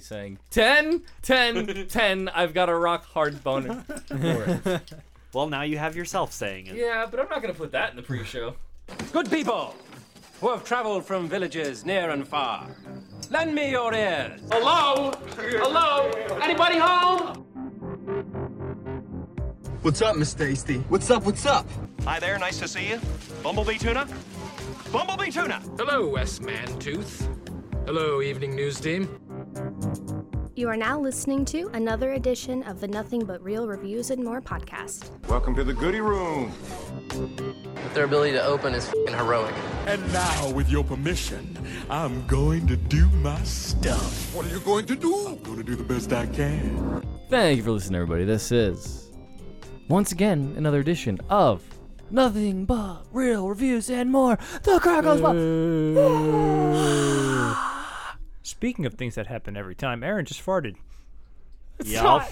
saying 10, 10, 10, I've got a rock hard boner for it. Well, now you have yourself saying it. Yeah, but I'm not gonna put that in the pre-show. Good people who have traveled from villages near and far, lend me your ears. Hello? Hello? Anybody home? What's up, Miss Tasty? What's up? What's up? Hi there, nice to see you. Bumblebee tuna? Bumblebee tuna! Hello, West Mantooth. Hello, evening news team. You are now listening to another edition of the Nothing But Real Reviews and More podcast. Welcome to the Goody Room. Their ability to open is fing heroic. And now, Oh, with your permission, I'm going to do my stuff. What are you going to do? I'm going to do the best I can. Thank you for listening, everybody. This is once again another edition of Nothing But Real Reviews and More. The Ah. Chronicles. Speaking of things that happen every time, Aaron just farted. Yeah, not- I'll-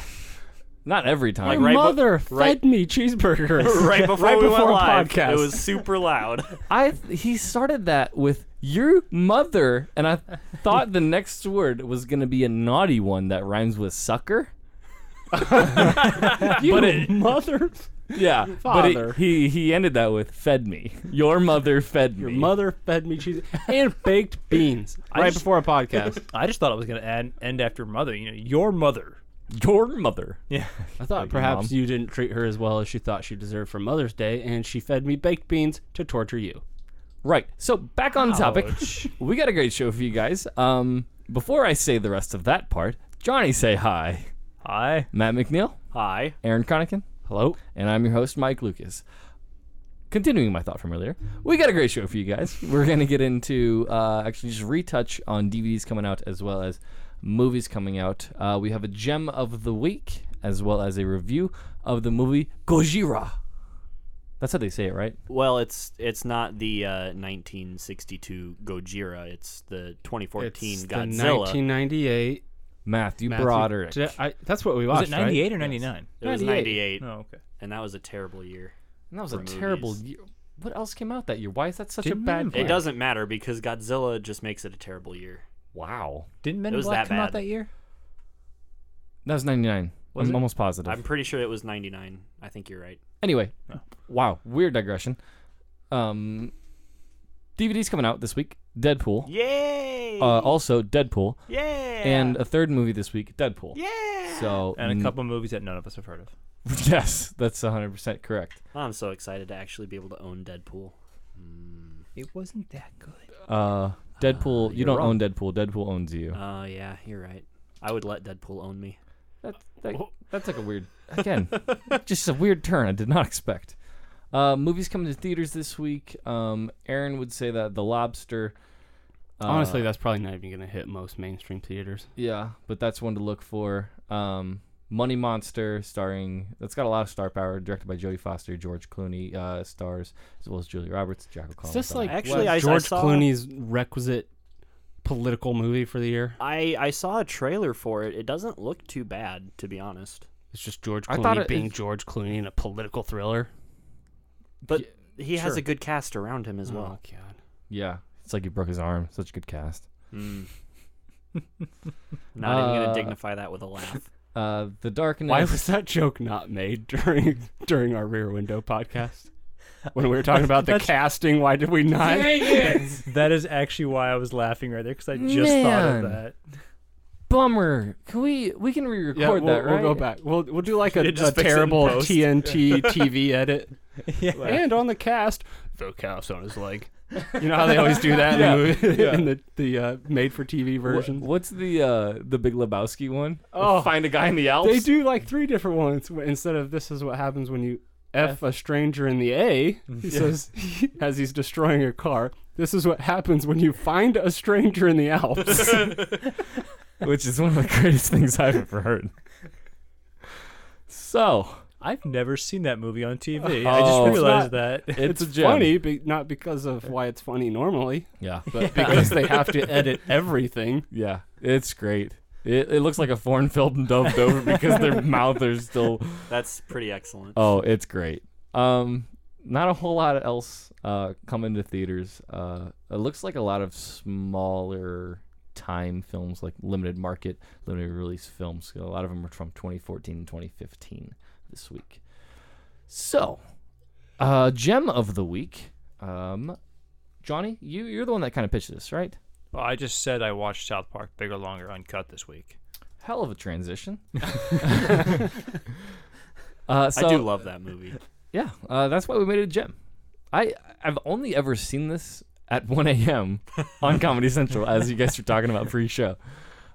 Not every time. right- bu- Mother fed right- me cheeseburgers right before we before went live, podcast. it was super loud. I he started that with your mother, and I thought the next word was gonna be a naughty one that rhymes with sucker. but it, mother, yeah, Father. but it, he he ended that with fed me. Your mother fed me. your mother fed me cheese and baked beans Right before a podcast. I just thought it was gonna add, end after mother. You know, your mother. Your mother. Yeah. I thought perhaps you didn't treat her as well as she thought she deserved for Mother's Day, and she fed me baked beans to torture you. Right. So back on topic. We got a great show for you guys. Um, before I say the rest of that part, Johnny, say hi. Hi. Matt McNeil, Hi. Aaron Cronican. Hello. And I'm your host, Mike Lucas. Continuing my thought from earlier, we got a great show for you guys. We're going to get into uh, actually just retouch on DVDs coming out as well as movies coming out. Uh, we have a gem of the week as well as a review of the movie Gojira. That's how they say it, right? Well, it's it's not the uh, 1962 Gojira. It's the 2014 It's the Godzilla. 1998. Matthew, Matthew- Broderick. Did I- that's what we Was watched. it 98 right? or 99? It was 98. 98, Oh, okay. and that was a terrible year. And that was a for terrible movies. year. What else came out that year? Why is that such a Didn't bad? remember. year? It doesn't matter because Godzilla just makes it a terrible year. Wow. Didn't Men It in was Black that come out bad. that year? That was ninety nine. Was I'm it? almost positive. I'm pretty sure it was 99. I think you're right. Anyway, wow, weird digression. Um, DVD's coming out this week. Deadpool. Yay! Oh. Uh, also Deadpool, yeah. and a third movie this week, Deadpool. yeah. So And mm, a couple movies that none of us have heard of. Yes, that's 100 percent correct. I'm so excited to actually be able to own Deadpool. It wasn't that good. Uh, Deadpool. you Ah, you're don't wrong. own Deadpool. Deadpool owns you. Oh yeah, you're right. I would let Deadpool own me. That, that, that took a weird, again, just a weird turn I did not expect. Uh, movies coming to theaters this week. Um, Aaron would say that The Lobster. Uh, Honestly, that's probably not even going to hit most mainstream theaters. yeah, but that's one to look for. Um, Money Monster, starring that's got a lot of star power, directed by Jodie Foster, George Clooney, uh, stars as well as Julia Roberts, Jack O'Connell. Is this like Actually, what, I- I George saw- Clooney's requisite political movie for the year? I I saw a trailer for it. It doesn't look too bad, to be honest. It's just George I thought Clooney it- being George Clooney in a political thriller. But he has a good cast around him Mm. as well. Oh God. yeah, it's like he broke his arm. Such a good cast. Not even Mm. Uh, gonna dignify that with a laugh. Uh, the Darkness. Why was that joke not made during during our Rear Window podcast? When we were talking about the casting, why did we not? That is actually why I was laughing right there because I just thought of Man. that. bummer? Can we we can re-record Yeah, we'll, that, we'll right? go back. We'll we'll do like a, Yeah, a just fix it in terrible post. TNT TV edit. Yeah. And on the cast, the cast on his leg. You know how they always do that in the movie, in the the uh, made for TV Wha- version. What's the uh, the Big Lebowski one? Oh. find a guy in the Alps. They do like three different ones w- instead of this is what happens when you F a stranger in the A. He says, as he's destroying a car, this is what happens when you find a stranger in the Alps. which is one of the greatest things I've ever heard. So I've never seen that movie on TV. I just Oh. It's realized not- that. it's, a gem. funny, be- not because of why it's funny normally, Yeah, but because they have to edit everything. yeah, it's great. It, it looks like a foreign film dubbed over because their mouth are still. That's pretty excellent. Oh, it's great. Um, not a whole lot else uh coming to theaters. Uh, it looks like a lot of smaller time films, like limited market, limited release films. A lot of them are from 2014 and 2015 this week. So, uh, gem of the week. Um, Johnny, you, you're the one that kind of pitched this, right? Well, I just said I watched South Park Bigger, Longer, Uncut this week. Hell of a transition. uh, so, I do love that movie. Yeah, uh, that's why we made it a gem. I I've only ever seen this at 1 a.m. on Comedy Central, as you guys were talking about pre-show.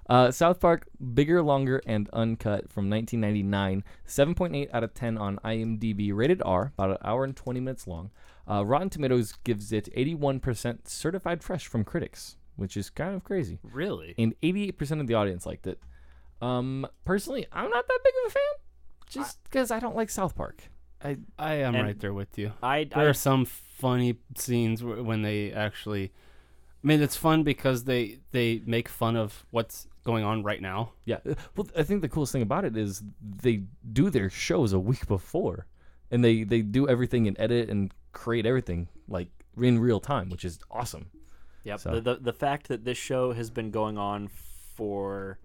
Uh, South Park, bigger, longer, and uncut from 1999. 7.8 out of 10 on IMDb, rated R, about an hour and 20 minutes long. Uh, Rotten Tomatoes gives it 81% certified fresh from critics, which is kind of crazy. Really? And 88% of the audience liked it. Um, personally, I'm not that big of a fan, just because I don't like South Park. I I am And right there with you. I- there I- are some funny scenes wh- when they actually. I mean, it's fun because they they make fun of what's going on right now. Yeah. Uh, Well, I think the coolest thing about it is they do their shows a week before, and they they do everything and edit and create everything like in real time, which is awesome. Yep. So- The, the the fact that this show has been going on for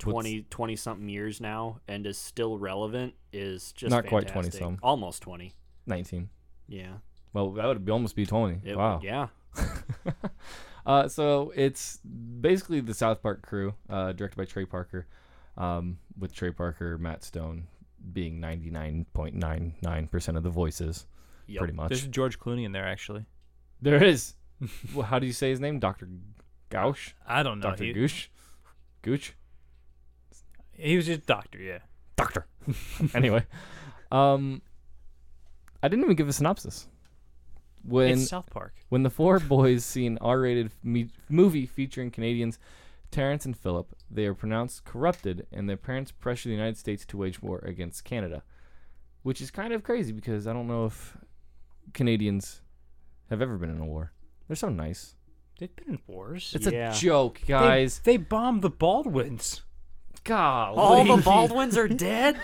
20 20 something years now and is still relevant is just Not quite 20 fantastic. some. Almost 20. Nineteen. Yeah. Well, that would be almost be twenty. It- wow. Yeah. Uh, so it's basically the South Park crew, uh, directed by Trey Parker, um, with Trey Parker, Matt Stone being ninety nine point nine nine percent of the voices, Yep. pretty much. There's a George Clooney in there, actually. There is. well, how do you say his name, Doctor Gauch? I don't know. Doctor Uh, he, Gooch? Gooch? he was just doctor, yeah. Doctor. anyway, um, I didn't even give a synopsis. When it's South Park. when the four boys see an R-rated me- movie featuring Canadians, Terrence and Philip, they are pronounced corrupted, and their parents pressure the United States to wage war against Canada, which is kind of crazy because I don't know if Canadians have ever been in a war. They're so nice. They've been in wars. It's Yeah. a joke, They- guys. They, bombed the Baldwins. God, All the Baldwins are dead?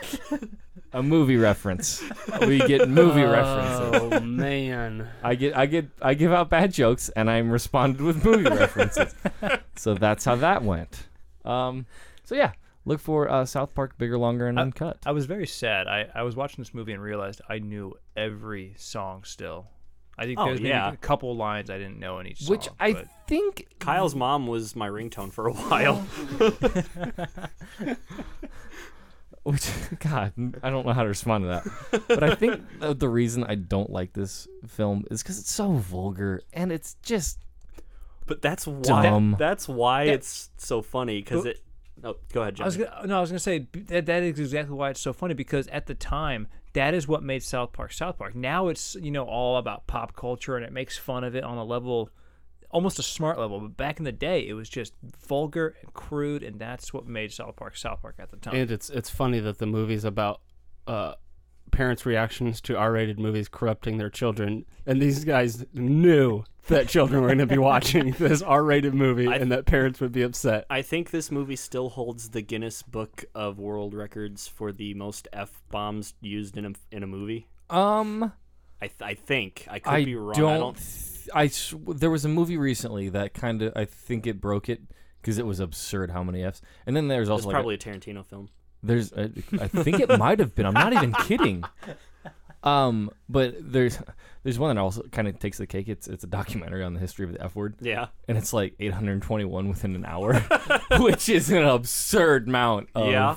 a movie reference. we get movie references. Oh man, I get I get I give out bad jokes and I'm responded with movie references. So that's how that went. Um, so yeah, look for uh, South Park bigger, longer, and uncut. I was very sad. I, I was watching this movie and realized I knew every song still. I think Oh, there's maybe yeah. a couple lines I didn't know in each song. which I but- think Kyle's mom was my ringtone for a while. which God, I don't know how to respond to that. But I think the, the reason I don't like this film is because it's so vulgar and it's just But that's why Dumb. that's why it's so funny cuz it No, go ahead, I was John. gonna, no, I was gonna say b- that that is exactly why it's so funny because at the time that is what made South Park South Park. Now it's you know all about pop culture and it makes fun of it on a level, almost a smart level. But back in the day, it was just vulgar and crude, and that's what made South Park South Park at the time. and it's it's funny that the movie's about uh, parents' reactions to R-rated movies corrupting their children, and these guys knew that children were going to be watching this R-rated movie, and that parents would be upset. I think this movie still holds the Guinness Book of World Records for the most F bombs used in a, in a movie. um. I, th- I think. I could I be wrong. don't. I don't th- I sw- there was a movie recently that kind of I think it broke it because it was absurd how many Fs. And then there's It's also like a- probably a Tarantino film. There's, I, I think it might have been. I'm not even kidding. Um, but there's, there's one that also kind of takes the cake. It's, it's a documentary on the history of the F word, Yeah. and it's like 821 within an hour, which is an absurd amount of Yeah.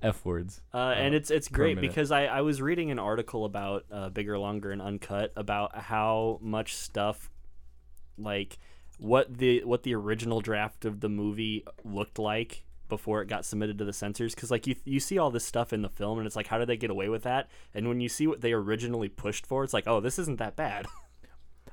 F words. Uh, and it's it's great minute. because I, I was reading an article about uh, bigger, longer, and uncut about how much stuff, like what the what the original draft of the movie looked like before it got submitted to the censors. Because like you you see all this stuff in the film, and it's like how did they get away with that? And when you see what they originally pushed for, it's like oh this isn't that bad.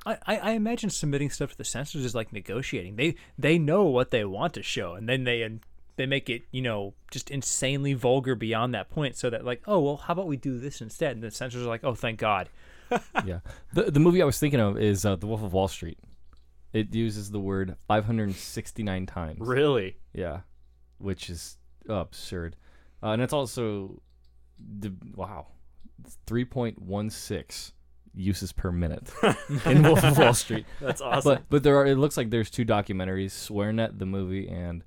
I, I I imagine submitting stuff to the censors is like negotiating. They they know what they want to show, and then they and they make it you know just insanely vulgar beyond that point, so that like oh well, how about we do this instead? And the censors are like oh thank God. Yeah. The the movie I was thinking of is uh, The Wolf of Wall Street. It uses the word 569 times. really? Yeah, which is absurd, uh, and it's also the wow, three point one six uses per minute in Wolf of Wall Street. That's awesome. But, but there are. It looks like there's two documentaries: SwearNet, the movie, and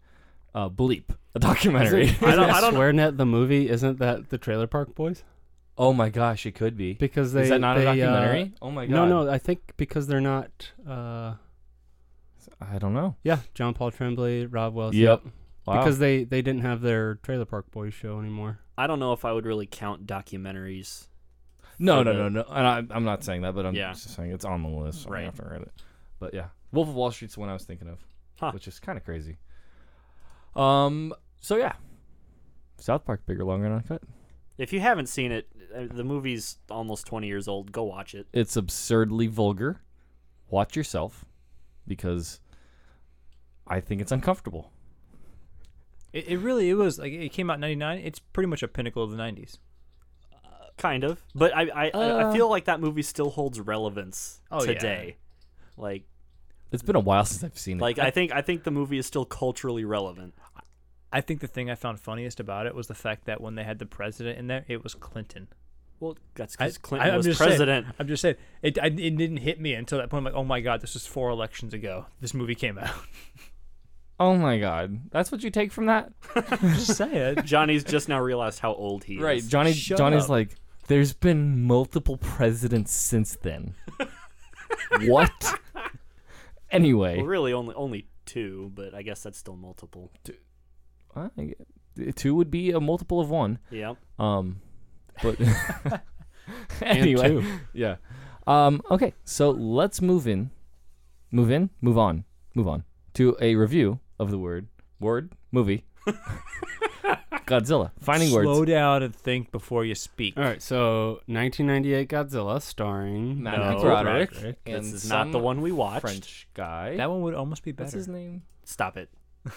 uh, Bleep, a documentary. I don't, I don't SwearNet the movie isn't that the Trailer Park Boys? Oh my gosh, it could be because they Is that not a they, uh, documentary? Oh my No, God. no, I think because they're not. Uh, I don't know. yeah, John Paul Tremblay, Rob Wells. Yep. Wow. Because they they didn't have their Trailer Park Boys show anymore. I don't know if I would really count documentaries. No, for no, the- no, no. And I, I'm not saying that, but I'm Yeah. just saying it's on the list. So Right. I have to write it. But yeah, Wolf of Wall Street's the one I was thinking of, Huh. which is kind of crazy. Um. So yeah, South Park bigger, longer, and uncut. If you haven't seen it, uh, the movie's almost 20 years old. Go watch it. It's absurdly vulgar. Watch yourself, because I think it's uncomfortable. It, it really it was like it came out in '99. It's pretty much a pinnacle of the '90s. Kind of. But I, I, I- I feel like that movie still holds relevance Oh, yeah. today. Like, It's been a while since I've seen it. like I think I think the movie is still culturally relevant. I think the thing I found funniest about it was the fact that when they had the president in there, it was Clinton. Well, that's I- because Clinton I'm was just saying- president. I'm just saying it. I, it didn't hit me until that point. I'm like, oh my god, this was four elections ago. This movie came out. oh my god, that's what you take from that, just saying. Johnny's just now realized how old he right? is. Johnny. Shut Johnny's up. like, there's been multiple presidents since then. what? Anyway, Well, really, only only two, but I guess that's still multiple. I think it- two would be a multiple of one. Yeah. Um, but anyway, yeah. Um, okay, so let's move in, move in, move on, move on to a review of the word word movie Godzilla Finding Slow Words. down and think before you speak. All right, so 1998 Godzilla starring Matthew No, Broderick Roderick. and This is not the some one we watched. French guy. That one would almost be better. What's his name? Stop it.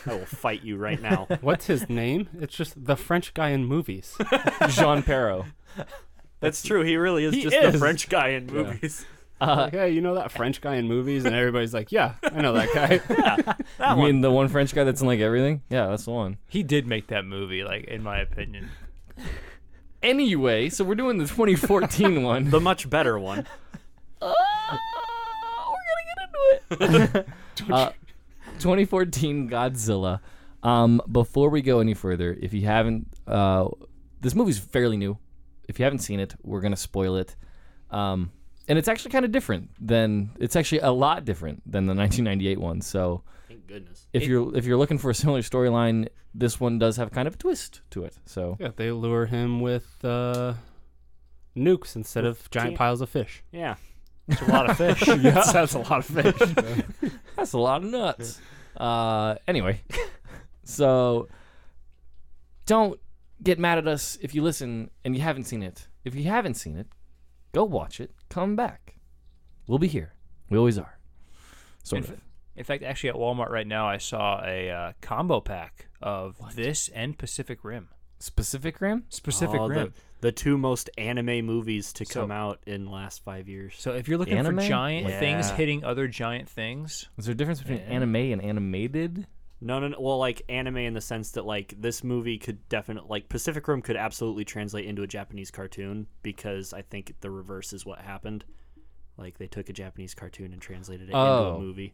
I will fight you right now. What's his name? It's just the French guy in movies. Jean Perro. That's true. He really is He just is. the French guy in movies. Uh, like, hey, you know that French guy in movies? And everybody's like, yeah, I know that guy. You mean the one French guy that's in like everything? Yeah, that's the one. He did make that movie, like in my opinion. Anyway, so we're doing the 2014 one. The much better one. we're gonna get into it. 2014 Godzilla. Um, before we go any further, if you haven't, uh, this movie's fairly new. If you haven't seen it, we're gonna spoil it. Um, and it's actually kind of different than it's actually a lot different than the 1998 one. So Thank goodness. if you're if you're looking for a similar storyline, this one does have kind of a twist to it. So yeah, they lure him with uh, nukes instead of giant piles of fish. Yeah. It's a lot of fish. That's a lot of fish. That's a lot of nuts. uh, anyway, so don't get mad at us if you listen and you haven't seen it. If you haven't seen it, go watch it. Come back. We'll be here. We always are. Sort In of. fa- In fact, actually, at Walmart right now, I saw a uh, combo pack of this and Pacific Rim. Specific Ram? Pacific Oh, Rim. the, the two most anime movies to come So- out in the last five years. So if you're looking Anime? for giant Like- things Yeah. hitting other giant things, Is there a difference between anime and animated? no, no, no. Well, like anime in the sense that like this movie could definitely like Pacific Rim could absolutely translate into a Japanese cartoon because I think the reverse is what happened. Like they took a Japanese cartoon and translated it into Oh. a movie.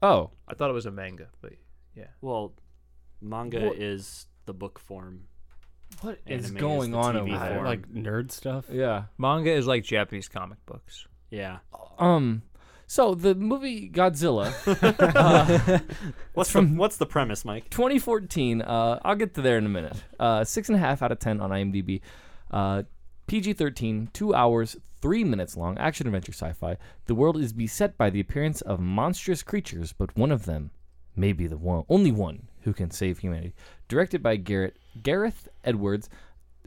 Oh, I thought it was a manga, but yeah. Well, manga What- is the book form. what Anime is is going the on TV over there? form. Like, like nerd stuff. yeah. Manga is like Japanese comic books. Yeah. Um. So the movie Godzilla. What's from what's the premise, Mike? 2014. Uh, I'll get to there in a minute. Uh, six and a half out of ten on IMDb. Uh, PG-13, two hours, three minutes long, action adventure sci-fi. The world is beset by the appearance of monstrous creatures, but one of them may be the one, only one who can save humanity. Directed by Garrett Gareth Edwards.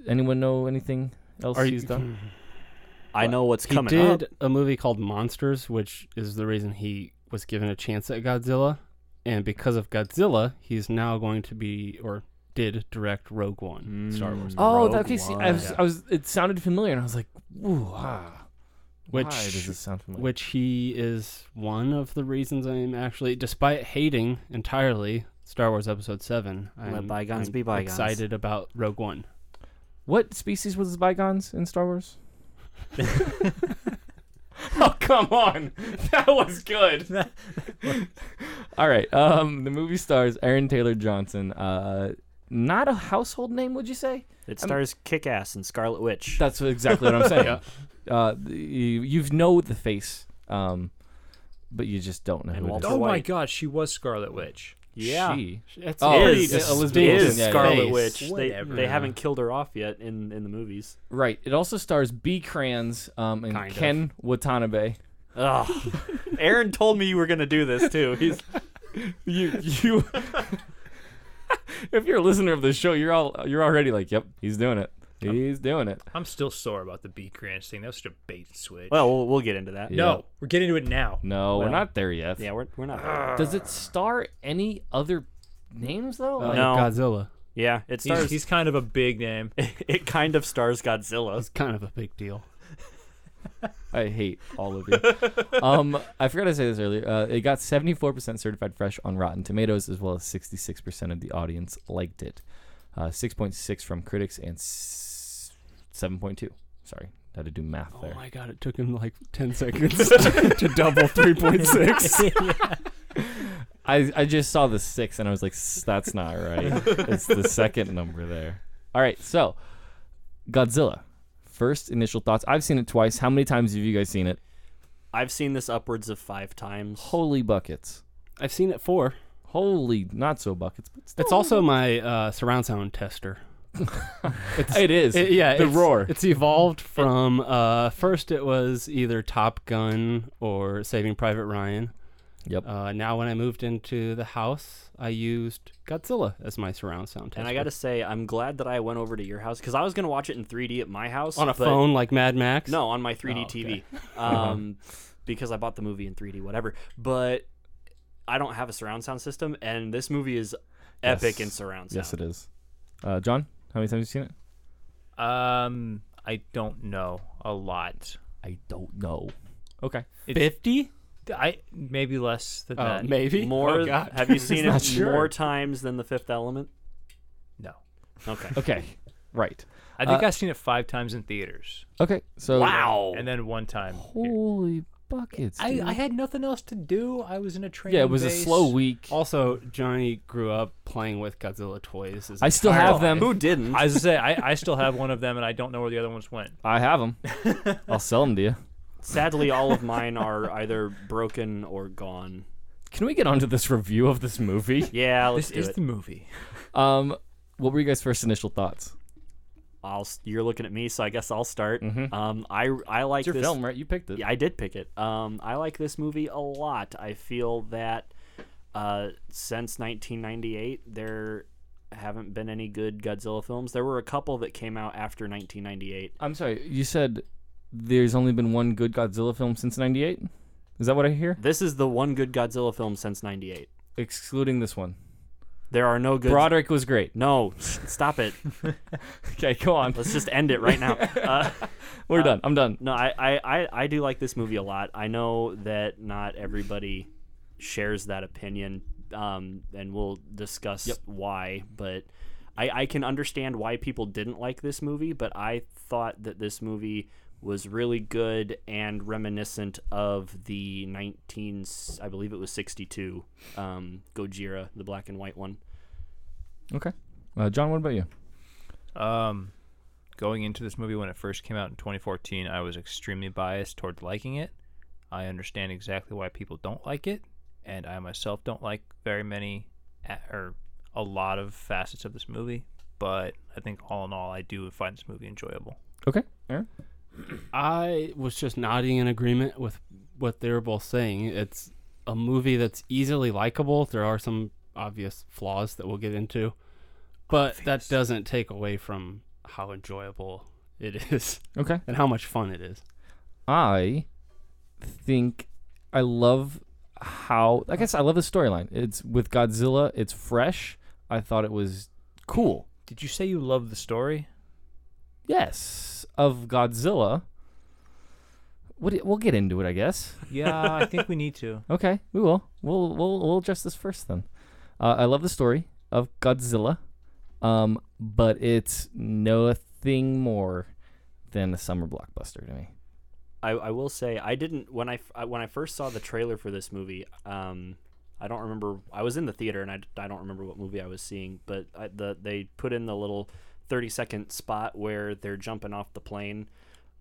Anyone know anything else Are you- he's done? I know what's He coming did up. a movie called Monsters, which is the reason he was given a chance at Godzilla. And because of Godzilla, he's now going to be, or did direct Rogue One, Star Wars. Oh, Rogue that, okay. See, I was, I was. It sounded familiar, and I was like, "Ooh, ah, Which- why does this sound familiar?" which he is one of the reasons I'm actually, despite hating entirely Star Wars Episode Seven, I'm, Let bygones I'm be bygones. Excited about Rogue One. what species was the bygones in Star Wars? Oh, Come on, that was good. All right. Um, the movie stars Aaron Taylor Johnson. Uh, not a household name, would you say? It stars Kick Ass and Scarlet Witch. That's exactly what I'm saying. uh, the- you you know the face, um, but you just don't know. And who it is. Walter Oh my White. God, she was Scarlet Witch. Yeah. She. That's Oh, pretty is, it's dis- Elizabeth is Olsen, yeah, yeah. Scarlet Face, Witch. They, whatever. they haven't killed her off yet in, in the movies. Right. It also stars B. Kranz um, and Kind of. Ken Watanabe. Ugh. Aaron told me you were gonna do this too. He's You you. if you're a listener of the show, you're all you're already like, yep, he's doing it. He's doing it. I'm still sore about the B Grants thing. That was such a bait and switch. well, we'll, we'll get into that. no, Yeah. we're getting into it now. No, we're Well, not there yet. Yeah, we're we're not. Does it star any other names though? Like, like No. Godzilla. Yeah, it stars. He's, he's kind of a big name. it kind of stars Godzilla. It's kind of a big deal. I hate all of you. um, I forgot to say this earlier. Uh, it got 74% certified fresh on Rotten Tomatoes, as well as 66% of the audience liked it. Uh, 6.6 from critics and s- 7.2. Sorry, had to do math there. Oh my god, it took him like 10 seconds to, to double 3.6. I, I just saw the six and I was like, "S- that's not right. it's the second number there. All right, so Godzilla. First initial thoughts. I've seen it twice. How many times have you guys seen it? I've seen this upwards of five times. Holy buckets. I've seen it four. Holy not so buckets, but still. It's also my uh, surround sound tester. it is. It- yeah, the it's, roar. It's evolved from uh, first it was either Top Gun or Saving Private Ryan. Yep. Uh, now when I moved into the house, I used Godzilla as my surround sound tester. And I gotta say, I'm glad that I went over to your house because I was gonna watch it in 3D at my house on a but- phone like Mad Max. No, on my 3D Oh, okay. TV. Um, because I bought the movie in 3D, whatever. But I don't have a surround sound system, and this movie is epic Yes. in surround sound. yes, it is. Uh, John, how many times have you seen it? Um, I don't know a lot. I don't know. Okay. fifty. I maybe less than Uh, that. maybe More. Oh, God. Have you seen not it sure. more times than The Fifth Element? no, Okay. Okay. Right. I think I've seen it five times in theaters, Okay. So Wow. and then one time. here. Holy buckets. I, dude. I had nothing else to do. I was in a train. yeah, it was a base. slow week. Also, Johnny grew up playing with Godzilla toys. his I still entire have life. them. Who didn't? I was gonna say I, I still have one of them, and I don't know where the other ones went. I have them. I'll sell them to you. Sadly, all of mine are either broken or gone. Can we get onto this review of this movie? Yeah, let's This do is it. the movie. Um, what were you guys' first initial thoughts? I'll, s- you're looking at me, so I guess I'll start. Um, I I Mm-hmm. like It's your this. film, right? You picked it. Yeah, I did pick it. Um, I like this movie a lot. I feel that uh, since 1998, there haven't been any good Godzilla films. There were a couple that came out after 1998. I'm sorry. You said there's only been one good Godzilla film since '98. Is that what I hear? This is the one good Godzilla film since 98. Excluding this one. There are no good. Broderick was great. no, stop it. Okay, go on. Let's just end it right now. Uh, We're done. I'm done. No, I, I, I, I do like this movie a lot. I know that not everybody shares that opinion, um, and we'll discuss why, but I, I can understand why people didn't like this movie, but I thought that this movie was really good and reminiscent of the 19 I believe it was 62 um, Gojira the black and white one. Okay. Uh, John, what about you? Um, going into this movie when it first came out in 2014, I was extremely biased toward liking it. I understand exactly why people don't like it, and I myself don't like very many a- or a lot of facets of this movie. But I think all in all, I do find this movie enjoyable. Okay. Aaron? I was just nodding in agreement with what they were both saying. It's a movie that's easily likable. There are some obvious flaws that we'll get into, but that doesn't take away from how enjoyable it is Okay. and how much fun it is. I think I love how I guess I love the storyline. It's with Godzilla. It's fresh. I thought it was cool. Did you say you love the story? Yes, of Godzilla. What we'll get into it, I guess. Yeah, I think we need to. Okay, we will. We'll we'll we'll address this first then. Uh, I love the story of Godzilla, um, but it's nothing more than a summer blockbuster to me. I, I will say I didn't when I, f- I- when I first saw the trailer for this movie. Um, I don't remember. I was in the theater and I, d- I don't remember what movie I was seeing, but I, the they put in the little thirty second spot where they're jumping off the plane.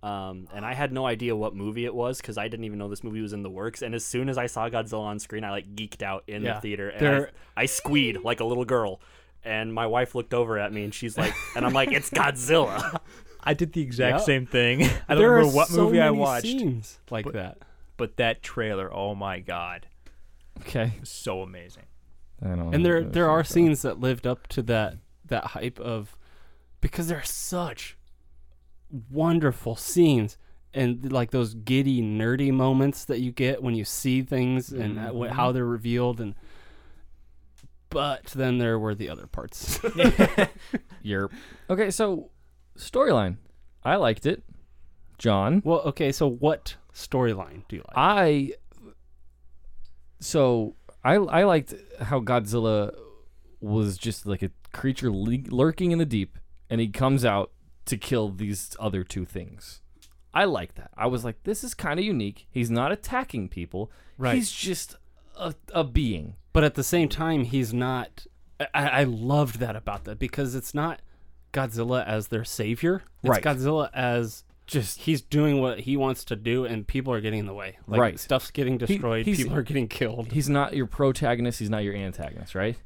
Um, and I had no idea what movie it was because I didn't even know this movie was in the works. And as soon as I saw Godzilla on screen, I like geeked out in Yeah. the theater and There- I, I squeed like a little girl. And my wife looked over at me and she's like, and I'm like, it's Godzilla. I did the exact Yeah. same thing. I don't There are remember what so movie I many watched, scenes like But- that. but that trailer, oh my god, Okay. it was so amazing. I don't and there know. there are scenes that lived up to that that hype of because there are such wonderful scenes and like those giddy nerdy moments that you get when you see things and uh, wh- how they're revealed and but then there were the other parts Yerp. Okay, so storyline. I liked it. John. well okay so what storyline do you like I so I I liked how Godzilla was just like a creature le- lurking in the deep, and he comes out to kill these other two things. I like that. I was like, this is kind of unique. He's not attacking people. Right. He's just a, a being. but at the same time he's not I, I loved that about that because it's not godzilla as their savior it's Right. godzilla as just he's doing what he wants to do and people are getting in the way like Right. stuff's getting destroyed he's- people are getting killed He's not your protagonist. He's not your antagonist, right?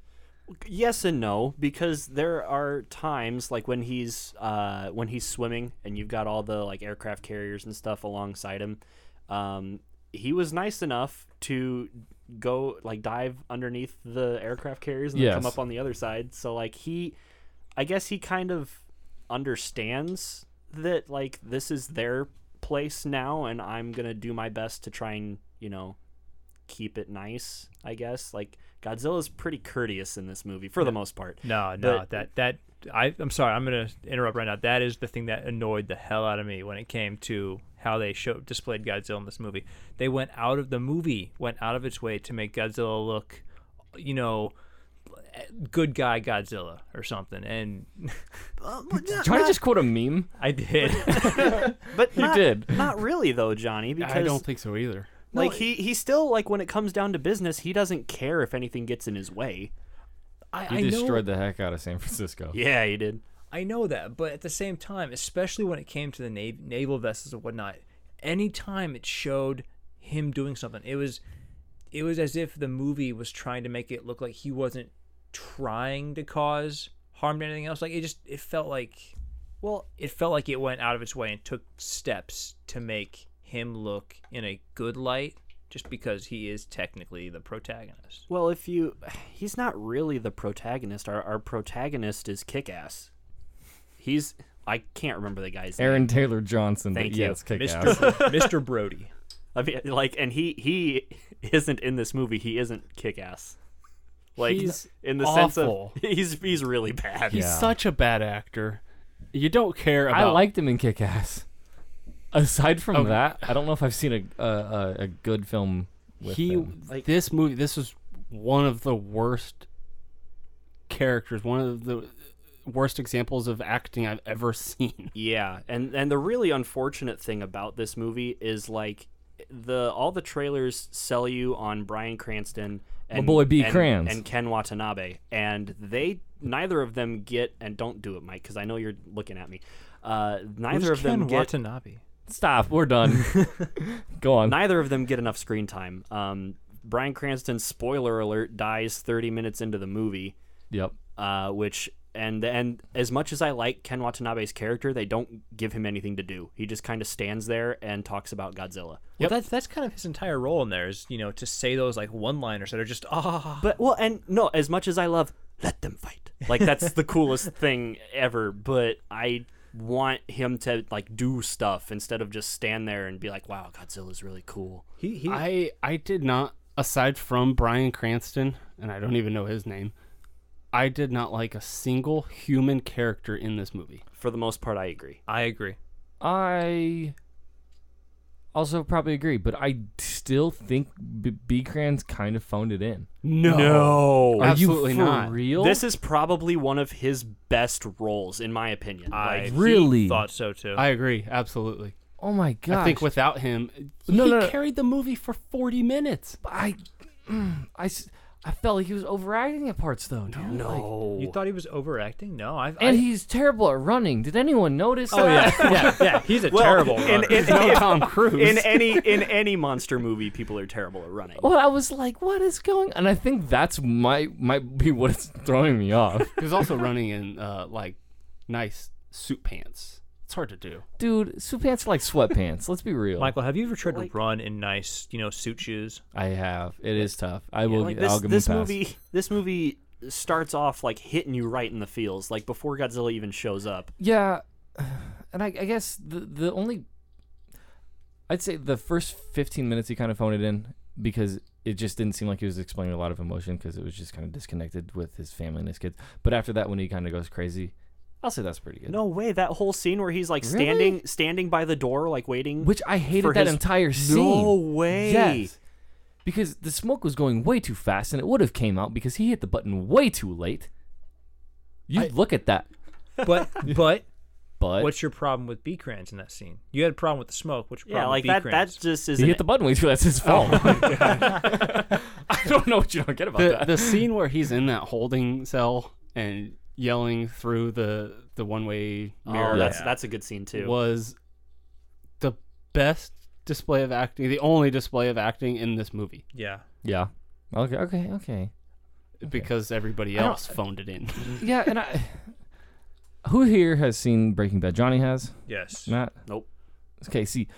yes and no because there are times like when he's uh, when he's swimming and you've got all the like aircraft carriers and stuff alongside him um, he was nice enough to go like dive underneath the aircraft carriers and then come Yes. up on the other side so like he i guess he kind of understands that like this is their place now and i'm gonna do my best to try and you know keep it nice, I guess. Like Godzilla's pretty courteous in this movie for the most part. No, no, But- that that I I'm sorry, I'm gonna interrupt right now. That is the thing that annoyed the hell out of me when it came to how they showed displayed Godzilla in this movie. They went out of the movie, went out of its way to make Godzilla look, you know, good guy Godzilla or something. And Trying to just quote a meme. I did. But you did. not really though, Johnny, because i don't think so either like he he still like when it comes down to business, he doesn't care if anything gets in his way. I, He I know, destroyed the heck out of San Francisco. Yeah, he did. I know that, but at the same time, especially when it came to the nav- naval vessels and whatnot, any time it showed him doing something, it was it was as if the movie was trying to make it look like he wasn't trying to cause harm to anything else. Like it just it felt like Well, it felt like it went out of its way and took steps to make him look in a good light, just because he is technically the protagonist. well, if you he's not really the protagonist. Our our protagonist is Kick-Ass. He's I can't remember the guy's name. Aaron Taylor Johnson. but Thank you. yes, kick ass. Mr. Mr. Brody. I mean, like, and he he isn't in this movie. He isn't kick ass. Like He's in the awful. sense of he's he's really bad. he's such a bad actor you don't care about I liked him in Kick Ass. Aside from that, I don't know if I've seen a a, a, a good film. With he him. this movie this is one of the worst characters one of the worst examples of acting i've ever seen Yeah, and and the really unfortunate thing about this movie is like the all the trailers sell you on Brian Cranston and boy, B. and- Kranz. and Ken Watanabe, and they neither of them get and don't do it, Mike, because I know you're looking at me. Uh, neither of them get Watanabe. Stop. We're done. Go on. neither of them get enough screen time. Um, Brian Cranston, spoiler alert, dies 30 minutes into the movie, Yep. uh, which and and as much as I like Ken Watanabe's character, they don't give him anything to do. He just kind of stands there and talks about Godzilla. Well, that's that's kind of his entire role in there is you know to say those like one liners that are just ah. But well, and no, as much as I love let them fight, like that's the coolest thing ever. But I want him to like do stuff instead of just stand there and be like, "Wow, Godzilla's really cool." he he i i did not aside from brian cranston and i don't even know his name i did not like a single human character in this movie For the most part, I agree. I agree. I also probably agree, but I still think B. B- Kranz kind of phoned it in. no No, Are absolutely you for not real? This is probably one of his best roles, in my opinion. I Like, Really? thought so too. i agree absolutely Oh my god! I think without him, No, he no, no. carried the movie for 40 minutes. I, mm, I, s- I felt like he was overacting at parts though. Dude. Like, No. You thought he was overacting? No, I've. and I, he's terrible at running. Did anyone notice? Oh yeah, yeah, yeah. He's a terrible. in, runner. in, No Tom Cruise. in any in any monster movie, people are terrible at running. Well, I was like, what is going? And I think that's my might be what's throwing me off, he was also running in uh, like nice suit pants. It's hard to do. dude. Suit pants are like sweatpants. Let's be real. Michael, have you ever tried to run in nice, you know, suit shoes? I have. It is tough. I will. Like, get- I'll this give him this a Oh, pass. movie this movie starts off like hitting you right in the feels, like before Godzilla even shows up. Yeah, and I, I guess the the only I'd say the first fifteen minutes he kind of phoned it in because it just didn't seem like he was explaining a lot of emotion because it was just kind of disconnected with his family and his kids. But after that, when he kind of goes crazy, I'll say that's pretty good. No way! That whole scene where he's like Really? standing standing by the door, like waiting. which I hated for that his- entire scene. No way! Yes. Because the smoke was going way too fast, and it would have came out because he hit the button way too late. You look at that, But but but what's your problem with B-crans in that scene? You had a problem with the smoke. What's your Yeah, problem like with that. B-crans? That just is he an hit the button way too. That's his Oh. fault. I don't know what you don't get about The that. the scene where he's in that holding cell and yelling through the the one way mirror Oh, that's that's a good scene too. was the best display of acting, the only display of acting in this movie yeah. Yeah. Okay. Okay. Okay. because everybody don't- else phoned it in. Yeah, and I. Who here has seen Breaking Bad? Johnny has. Yes. Matt. Nope. Okay. See.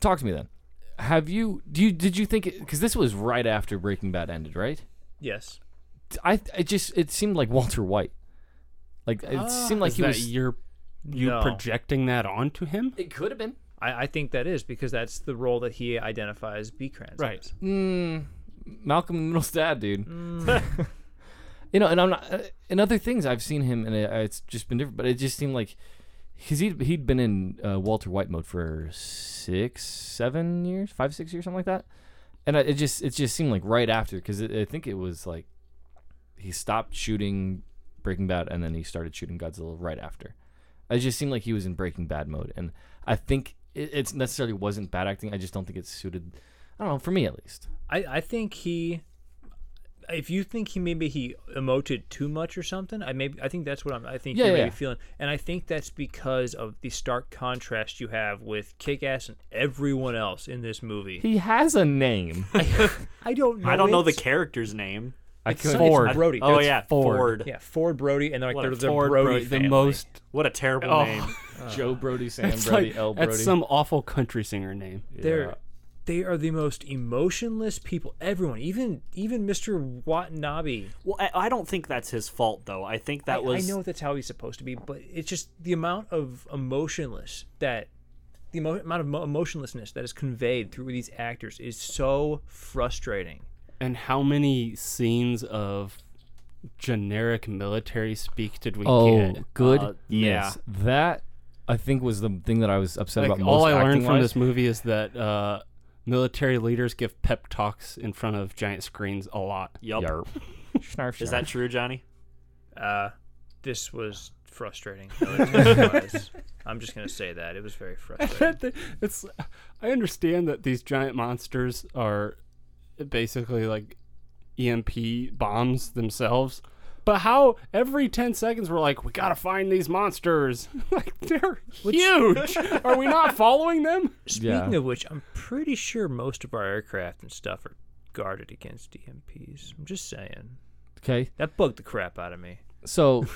Talk to me then. Have you? Do you? Did you think? Because this was right after Breaking Bad ended, right? Yes. I. It just. It seemed like Walter White. Like it seemed like Ah, Is he that was. you're you No. projecting that onto him? it could have been. I, I think that is because that's the role that he identifies B-crans Right. as. Mm, Malcolm in the Middle's dad, dude. you know, and I'm not. Uh, and other things I've seen him, and it, it's just been different. But it just seemed like because he he'd been in uh, Walter White mode for six, seven years, five, six years, something like that. And I, it just it just seemed like right after because I think it was like he stopped shooting Breaking Bad and then he started shooting Godzilla right after. It just seemed like he was in Breaking Bad mode, and I think it, it's necessarily wasn't bad acting. I just don't think it suited. I don't know for me at least. I, I think he if you think he maybe he emoted too much or something, I maybe I think that's what I'm I think Yeah, you're yeah. maybe feeling. And I think that's because of the stark contrast you have with Kick Ass and everyone else in this movie. He has a name. I don't know. I don't know the it. character's name. I It's- it's Ford. Brody. Oh It's yeah, Ford. Ford. Yeah, Ford Brody and they're like What a they're the Ford Brody, Brody, the family. most What a terrible Oh. name. Joe Brody, Sam It's Brody, like- L Brody. That's some awful country singer name. They're they are the most emotionless people. Everyone, even even Mr. Watanabe. Well, I, I don't think that's his fault though. I think that I, was I know that's how he's supposed to be, but it's just the amount of emotionless that the emo- amount of mo- emotionlessness that is conveyed through these actors is so frustrating. And how many scenes of generic military speak did we oh, get? good. Uh, yeah, yeah. that I think was the thing that I was upset Like, about. all most I learned acting from wise. this movie is that uh, military leaders give pep talks in front of giant screens a lot. Yup. Yarp. Snarf, Is that snarf. true, Johnny? Uh, this was frustrating. though it totally was. I'm just gonna say that it was very frustrating. it's I understand that these giant monsters are basically like EMP bombs themselves. But how every 10 seconds we're like, we gotta find these monsters. like, they're huge. are we not following them? Speaking Yeah. of which, I'm pretty sure most of our aircraft and stuff are guarded against EMPs. I'm just saying okay? that bugged the crap out of me. So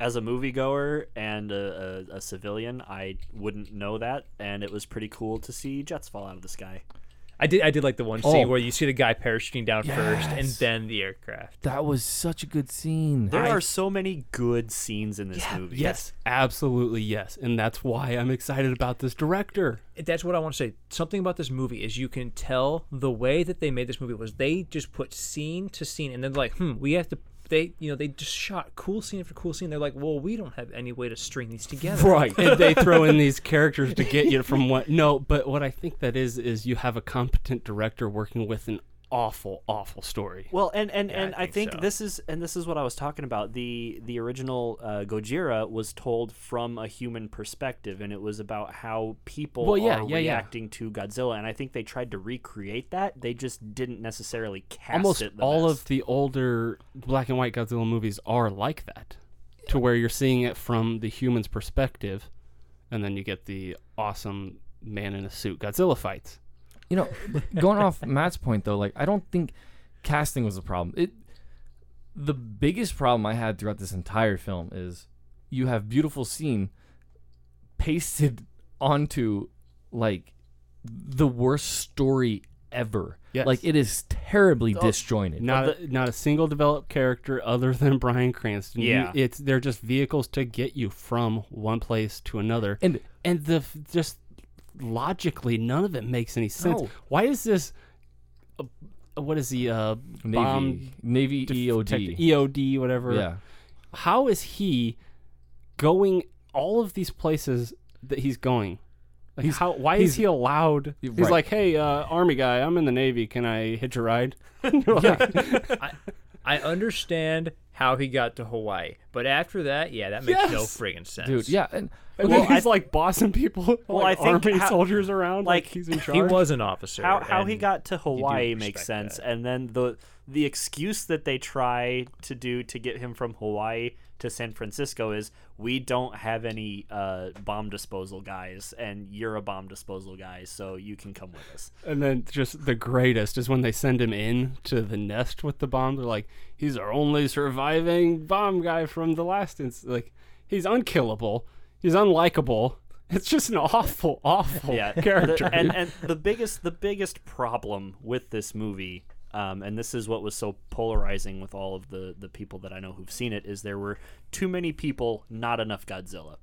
As a moviegoer and a, a, a civilian, I wouldn't know that, and it was pretty cool to see jets fall out of the sky. I did. I did like the one Oh. scene where you see the guy parachuting down first, and Yes. then the aircraft. that was such a good scene. There are so many good scenes in this movie. Yes, absolutely yes. And that's why I'm excited about this director. That's what I want to say. Something about this movie is you can tell the way that they made this movie was they just put scene to scene, and then like, hmm, we have to. They, you know, they just shot cool scene after cool scene. They're like, well, we don't have any way to string these together. Right. and they throw in these characters to get you from what No, but what I think that is is you have a competent director working with an awful, awful story. Well, and and, and I think, so. this is and this is what I was talking about. The the original uh, Gojira was told from a human perspective, and it was about how people Well, yeah, are yeah, yeah. reacting to Godzilla. And I think they tried to recreate that. They just didn't necessarily cast Almost it the all best. of the older black and white Godzilla movies are like that, to where you're seeing it from the human's perspective, and then you get the awesome man in a suit Godzilla fights. you know, going off Matt's point though, like I don't think casting was a problem. It the biggest problem I had throughout this entire film is you have beautiful scene pasted onto like the worst story ever. Yes. Oh, Like it is terribly disjointed. Not a, not a single developed character other than Brian Cranston. You- Yeah. it's they're just vehicles to get you from one place to another. And- and the f- just logically none of it makes any sense. No. Why is this? Uh, what is he? Uh, Navy bomb Navy EOD. detective- E EOD, whatever. yeah. How is he going all of these places that he's going? Like how? Why is he allowed? He's right. like, hey, uh, army guy, I'm in the navy. Can I hitch a ride? You're like, I, I understand how he got to Hawaii, but after that, yeah, that makes no Yes! friggin' sense. Dude, yeah. And, And Well, then he's I- like bossing people, Well, like I think army how- soldiers around, like, like, he's in charge. he was an officer. how how he and- got to Hawaii makes respect sense, that. and then the the excuse that they try to do to get him from Hawaii to San Francisco is we don't have any uh, bomb disposal guys, and you're a bomb disposal guy, so you can come with us. and then just the greatest is when they send him in to the nest with the bomb. They're like, he's our only surviving bomb guy from the last instance. Like, he's unkillable. He's unlikable. It's just an awful, awful Oh, yeah, the- character. and and the biggest the biggest problem with this movie, um, and this is what was so polarizing with all of the the people that I know who've seen it, is there were too many people, not enough Godzilla.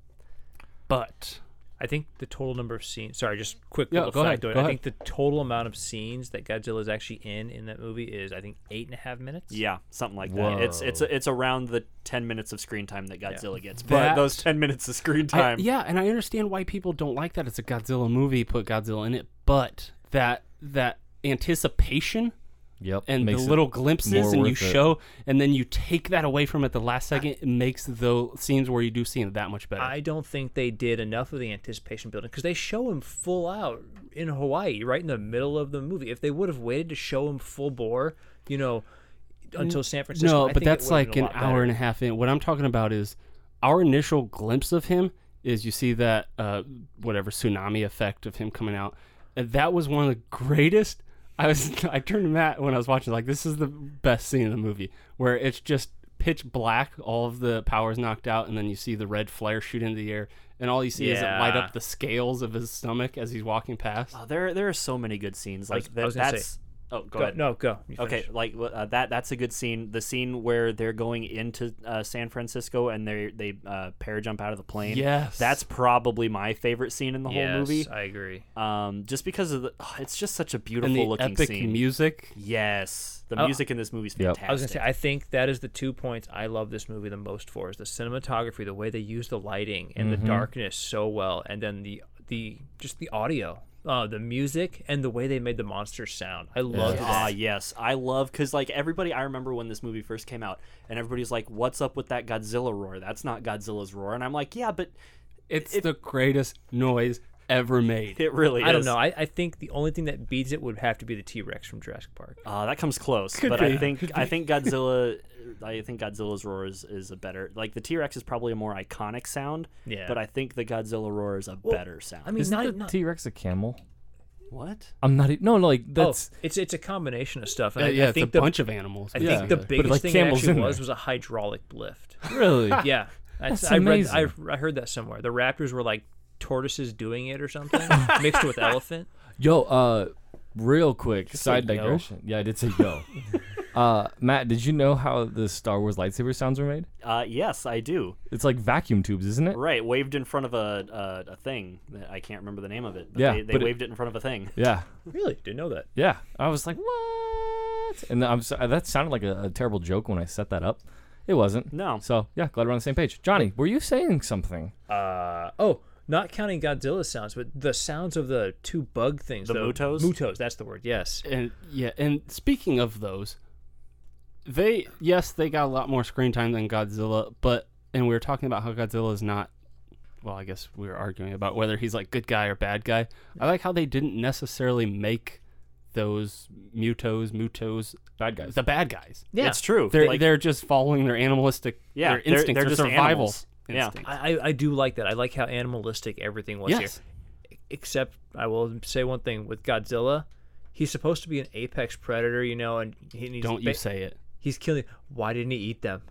but I think the total number of scenes. Sorry, just quick Yeah, little go ahead, factoid. go I think the total amount of scenes that Godzilla is actually in in that movie is I think eight and a half minutes. Yeah, something like that. It's it's it's around the ten minutes of screen time that Godzilla gets, but That- those ten minutes of screen I- time, yeah, and I understand why people don't like that. It's a Godzilla movie, put Godzilla in it, but that that anticipation yep. and the makes it little more glimpses and you worth it. show and then you take that away from it the last second it makes the scenes where you do see him that much better I don't think they did enough of the anticipation building because they show him full out in Hawaii, right in the middle of the movie. If they would have waited to show him full bore, you know, until San Francisco, no I but think it that's would've like been an a hour lot better. and a half in what i'm talking about is our initial glimpse of him is you see that uh, whatever tsunami effect of him coming out and that was one of the greatest i was i turned to matt when i was watching like this is the best scene in the movie where it's just pitch black all of the powers knocked out and then you see the red flare shoot into the air and all you see is it light Yeah. up the scales of his stomach as he's walking past Oh, there there are so many good scenes. Like was- I that, was gonna say- that's oh go, Go, ahead. no, go. You Okay, finish. like uh, that. That's a good scene. The scene where they're going into uh, San Francisco and they they uh, pair jump out of the plane. Yes. that's probably my favorite scene in the yes, whole movie. I agree. Um, just because of the, oh, it's just such a beautiful and the looking epic scene. music yes, the Oh, music in this movie is Yep. fantastic. I was gonna say, I think that is the two points I love this movie the most for is the cinematography, the way they use the lighting and the darkness so well, and then the the just the audio, uh, the music, and the way they made the monsters sound. I loved Ah, that. yes. I love because like everybody, I remember when this movie first came out, and everybody's like, "What's up with that Godzilla roar? That's not Godzilla's roar." And I'm like, "Yeah, but It's It- the greatest noise ever made. it really I don't is." know. I, I think the only thing that beats it would have to be the T Rex from Jurassic Park. Uh, that comes close, but I think I think Godzilla, I think Godzilla's roar is, is a better like the T Rex is probably a more iconic sound. Yeah. But I think the Godzilla roar is a better sound. I mean, Is not, e- the not T Rex a camel? what? I'm not. e- No, no, like oh, that's it's it's a combination of stuff. And Uh, I, yeah, I it's a think the, bunch of animals. I Yeah. think the But, biggest like, thing it camels in actually there. was was a hydraulic lift. really. Yeah, that's, That's I read I, amazing. I heard that somewhere. The raptors were like tortoises doing it or something mixed with elephant. Yo, uh, real quick, side say yo? digression. Yeah, I did say yo. uh, Matt, did you know how the Star Wars lightsaber sounds are made? Uh, yes, I do. It's like vacuum tubes, isn't it? Right, waved in front of a a, a thing. that I can't remember the name of it. But Yeah, they, they but it- waved it in front of a thing. Yeah, Really, didn't know that. yeah. I was like, what? And I'm so, uh, that sounded like a, a terrible joke when I set that up. It wasn't. No. So yeah, glad we're on the same page. Johnny, were you saying something? Uh, oh, not counting Godzilla sounds, but the sounds of the two bug things. The Mutos? Mutos, that's the word. Yes. And yeah, and speaking of those, they yes, they got a lot more screen time than Godzilla, but and we were talking about how Godzilla is not well, I guess we were arguing about whether he's like good guy or bad guy. I like how they didn't necessarily make those mutos, mutos Bad guys. the bad guys. Yeah. It's true. They're Like, they're just following their animalistic yeah, their they're- instincts, they're their just survival animals. Yeah. instincts. I, I, I do like that. I like how animalistic everything was Yes. here. Except I will say one thing with Godzilla, he's supposed to be an apex predator, you know, and he needs Don't you ba- say it. he's killing why didn't he eat them?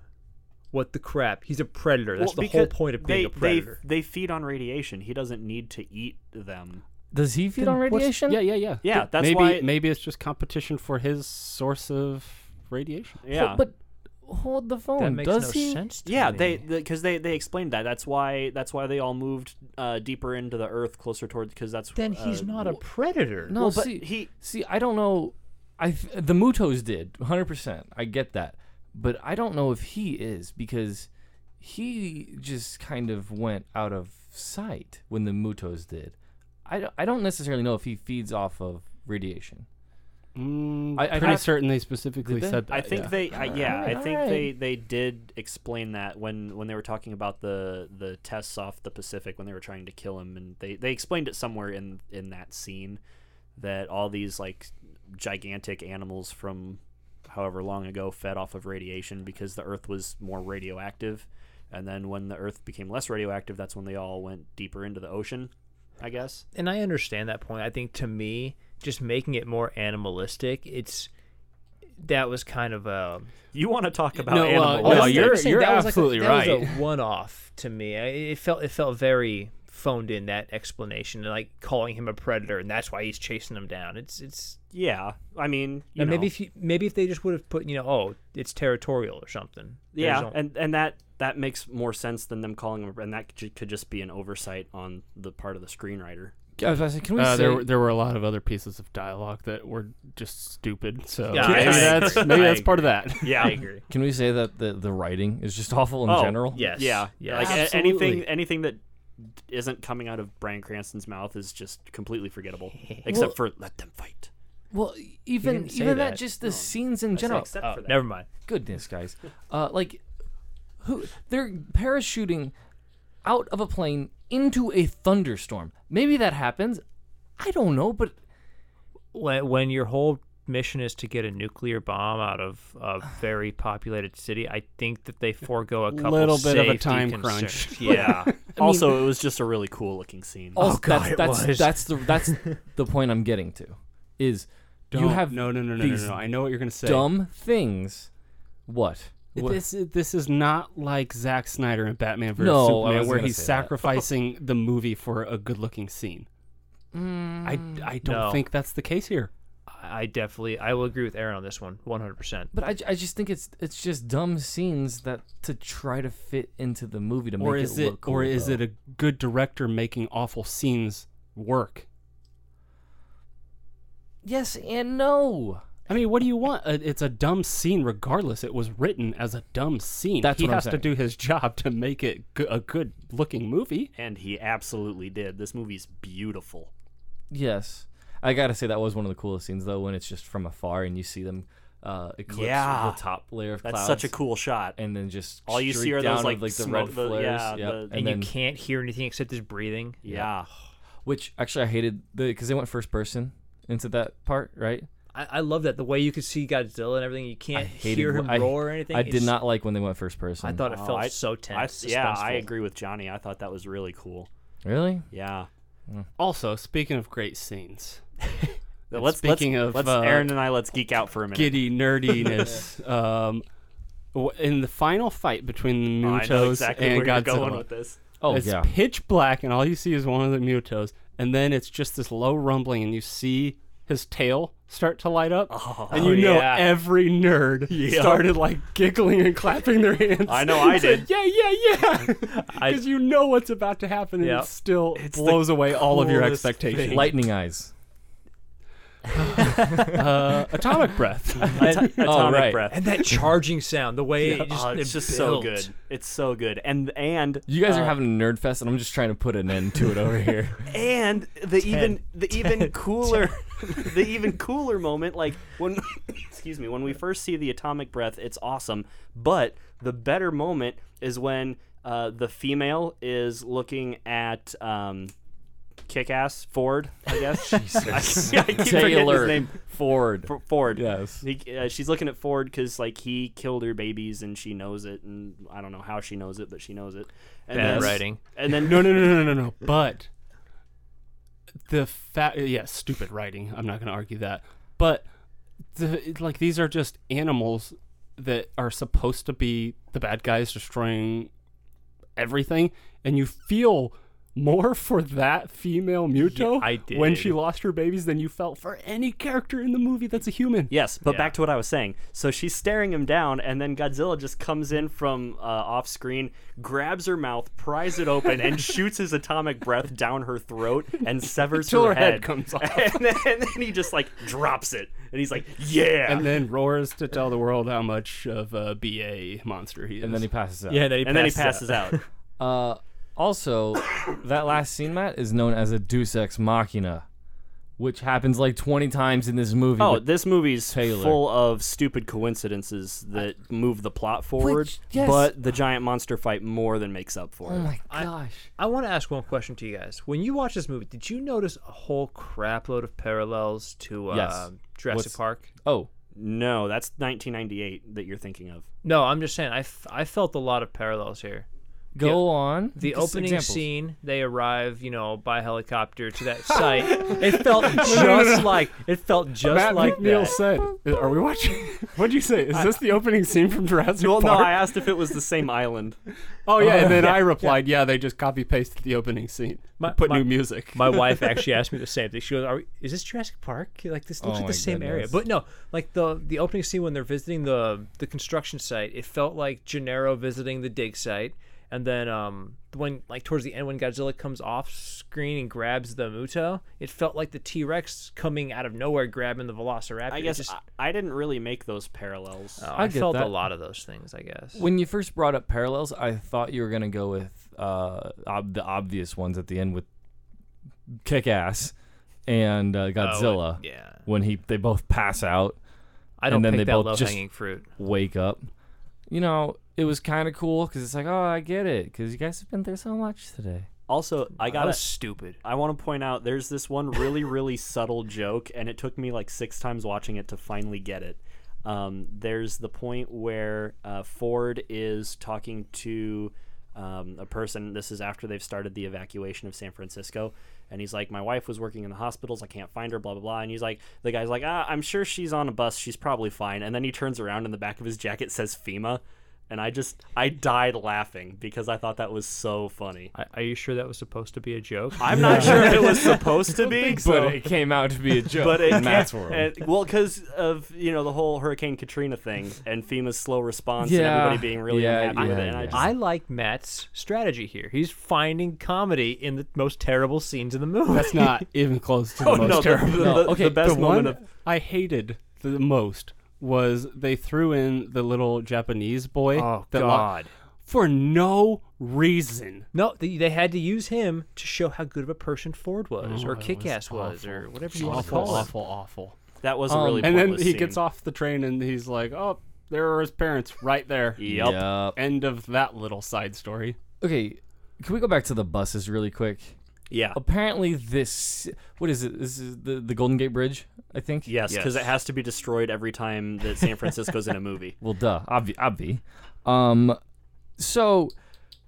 What the crap? He's a predator. That's well, the whole because point of being they, a predator. They, they feed on radiation. He doesn't need to eat them. Does he feed on What's- radiation? Yeah, yeah, yeah. Yeah, Th- that's maybe, why- Maybe it's just competition for his source of radiation. Yeah. Ho- But hold the phone. that makes Does no he? sense to yeah, me. they because they, they explained that. That's why that's why they all moved uh, deeper into the earth, closer towards because that's then uh, he's not a predator. No, Well, but see, he- see, I don't know. I th- the Mutos did 100. percent I get that, but I don't know if he is because he just kind of went out of sight when the Mutos did. I don't, I don't necessarily know if he feeds off of radiation. Mm, I- I I, am have- pretty certain they specifically Did they? said that. I think yeah. they, I, yeah, I think alright. they, they did explain that when, when they were talking about the, the tests off the Pacific when they were trying to kill him, and they, they explained it somewhere in in that scene that all these like gigantic animals from however long ago fed off of radiation because the Earth was more radioactive, and then when the Earth became less radioactive, that's when they all went deeper into the ocean, I guess. and I understand that point. I think to me, just making it more animalistic, it's that was kind of a You want to talk about No, uh, animals? no, I'm you're- saying you're that was absolutely like a, That was right. a one-off to me. I- It felt it felt very phoned in that explanation, like calling him a predator, and that's why he's chasing them down. It's it's yeah, I mean, you and know. maybe if you, maybe if they just would have put you know oh it's territorial or something. They just Yeah, don't- and and that that makes more sense than them calling him, and that ju- could just be an oversight on the part of the screenwriter. I was about to say, can we Uh, say there, were- there were a lot of other pieces of dialogue that were just stupid. So Yeah, I maybe agree. that's I maybe that's agree. part of that. Yeah, I agree. can we say that the the writing is just awful in Oh, general? Yes. yeah, Yes. Like a- Absolutely. anything anything that isn't coming out of Brian Cranston's mouth is just completely forgettable, except for let them fight. Well, even didn't say even that, that. just the scenes in general. Except Oh, for that. never mind. goodness, guys. Uh, like, who they're parachuting out of a plane into a thunderstorm. Maybe that happens. I don't know, but when when your whole mission is to get a nuclear bomb out of a very populated city, I think that they forego a couple Little bit of a safety time concerns. crunch. Yeah, also, it was just a really cool looking scene. oh, God, it that's was. that's, that's the that's the point I'm getting to is you Don't- have no, no, no, no, no, these no, no. I know what you're gonna say. dumb things. What? What- This is- this is not like Zack Snyder and Batman vs No, I Superman, wasn't where gonna he's say that. sacrificing the movie for a good looking scene. Mm. I, I don't no. think that's the case here. I I definitely I will agree with Aaron on this one, one hundred percent. But I, I just think it's it's just dumb scenes that to try to fit into the movie to or make is it it, look cool, or is though. it a good director making awful scenes work? yes and no. I mean, what do you want? Uh, It's a dumb scene, regardless. It was written as a dumb scene. That's he what I'm has to saying. do his job to make it go- a good-looking movie. and he absolutely did. This movie's beautiful. Yes. I gotta say that was one of the coolest scenes though when it's just from afar and you see them uh, eclipse Yeah. the top layer of That's clouds. such a cool shot. and then just All you see streak are those, down like, with, like the smoke- red the- flares, yeah, yep. the- and, And, then you can't hear anything except his breathing. yeah. which actually I hated the because they went first person into that part right. I, I love that the way you could see Godzilla and everything. You I can't hated hear him I, roar or anything. I did It's- not like when they went first person. I thought it Oh, felt I- so tense. I, yeah, I suspenseful. agree with Johnny. I thought that was really cool. really. Yeah. Also, speaking of great scenes, And let's speaking let's, of, let's uh, Aaron and I let's geek out for a minute. giddy nerdiness. um, w- in the final fight between the Oh, Mutos I know exactly and where Godzilla, you're going with this. Oh it's yeah. pitch black, and all you see is one of the Mutos, and then it's just this low rumbling, and you see his tail start to light up, Oh, and you know Oh, yeah. every nerd started like giggling and clapping their hands. I know I It's like, did. yeah, yeah, yeah, because you know what's about to happen, and Yep. it still It's the blows away all of your coolest expectations. thing. Lightning eyes. uh, atomic breath. And- Atomic right. breath. And that charging sound, the way it just, Oh, it's it just so built. good. It's so good. And and You guys uh, are having a nerd fest, and I'm just trying to put an end to it over here. and the even the even Ten. cooler the even cooler moment like when excuse me when we first see the atomic breath it's awesome but the better moment is when uh, the female is looking at um, kick-ass ford i guess I, I keep forgetting his Taylor name Ford. F- Ford. Yes. He, uh, she's looking at Ford because like he killed her babies and she knows it and I don't know how she knows it but she knows it. And Bad then, writing. And then No, no, no, no, no, no, no. But the fact, yeah, stupid writing. I'm not going to argue that. But the, it- like, these are just animals that are supposed to be the bad guys destroying everything, and you feel more for that female Muto I when did. she lost her babies than you felt for any character in the movie that's a human. Yes, but back to what I was saying. So she's staring him down, and then Godzilla just comes in from uh, off screen, grabs her mouth, pries it open, and shoots his atomic breath down her throat and severs Till her head head comes off. And then, and then he just like drops it, and he's like, "Yeah." And then roars to tell the world how much of a BA monster he is. And then he passes out. Yeah, and then he And then he passes passes out. Uh, also, that last scene, Matt, is known as a Deus Ex Machina, which happens like 20 times in this movie. Oh, but- this movie's Taylor. full of stupid coincidences that move the plot forward, Which- yes. but the giant monster fight more than makes up for it. oh my gosh. I want to ask one question to you guys. When you watch this movie, did you notice a whole crapload of parallels to uh, Yes. Jurassic What's- Park? oh, No, that's 1998 that you're thinking of. No, I'm just saying. I, f- I felt a lot of parallels here. go on. The Give us opening examples. scene, they arrive, you know, by helicopter to that site. it felt just like it felt just Matt like McNeil that. said, "Uh, "Are we watching? What'd you say? Is this the opening scene from Jurassic Well, no, Park?" I asked if it was the same island. oh yeah, and then I replied, "Yeah, they just copy pasted the opening scene, My- put my- new music." My wife actually asked me the same thing. She goes, Are we, "Is this Jurassic Park? Like this looks Oh like my the same area." goodness. But no, like the the opening scene when they're visiting the the construction site, it felt like Gennaro visiting the dig site, and then um when like towards the end when Godzilla comes off screen and grabs the Muto, it felt like the T Rex coming out of nowhere grabbing the Velociraptor. I It guess just- I, I didn't really make those parallels. oh, I I, get felt that. a lot of those things. I guess. When you first brought up parallels, I thought you were going to go with uh, ob- the obvious ones at the end with Kick Ass and uh, Godzilla. Oh, yeah. When he they both pass out, I don't and then pick they that both low just- hanging fruit. wake up. You know, it was kind of cool because it's like, oh, I get it because you guys have been through so much today. Also, I That got was to stupid. I want to point out there's this one really, really subtle joke, and it took me like six times watching it to finally get it. Um, there's the point where uh, Ford is talking to um, a person. This is after they've started the evacuation of San Francisco. And he's like, My wife was working in the hospitals. I can't find her, blah, blah, blah. And he's like, The guy's like, ah, I'm sure she's on a bus. She's probably fine. And then he turns around, and the back of his jacket says FEMA. And I just, I died laughing because I thought that was so funny. Are you sure that was supposed to be a joke? I'm not sure if it was supposed to be, But it came out to be a joke. but it in Matt's can't- world. and- well, because of you know the whole Hurricane Katrina thing and FEMA's slow response and Yeah, everybody being really yeah, unhappy with yeah, it. And I yeah. just, I like Matt's strategy here. He's finding comedy in the most terrible scenes in the movie. That's not even close to the oh most no, the, terrible. the, the- okay, the best the moment one of I hated the most was they threw in the little Japanese boy. Oh that lo- God! for no reason. no, they, they had to use him to show how good of a person Ford was, or it Oh, was Kick-Ass was, awful. or whatever you want to Awful, call it. awful, awful. that was a really And then pointless he gets scene. off the train and he's like, "Oh, there are his parents right there." Yep. Yup. End of that little side story. Okay, can we go back to the buses really quick? Yeah. Apparently, this what is it? This is the the Golden Gate Bridge, I think. Yes, because Yes. it has to be destroyed every time that San Francisco's in a movie. Well, duh, obvi, obvi. Um, so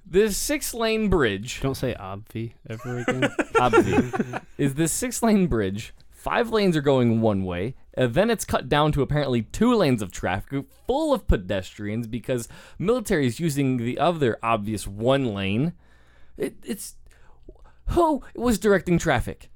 this six lane bridge, Don't say obvi ever again. obvi, is this six lane bridge. Five lanes are going one way, and then it's cut down to apparently two lanes of traffic full of pedestrians because military is using the other obvious one lane. It, it's who was directing traffic?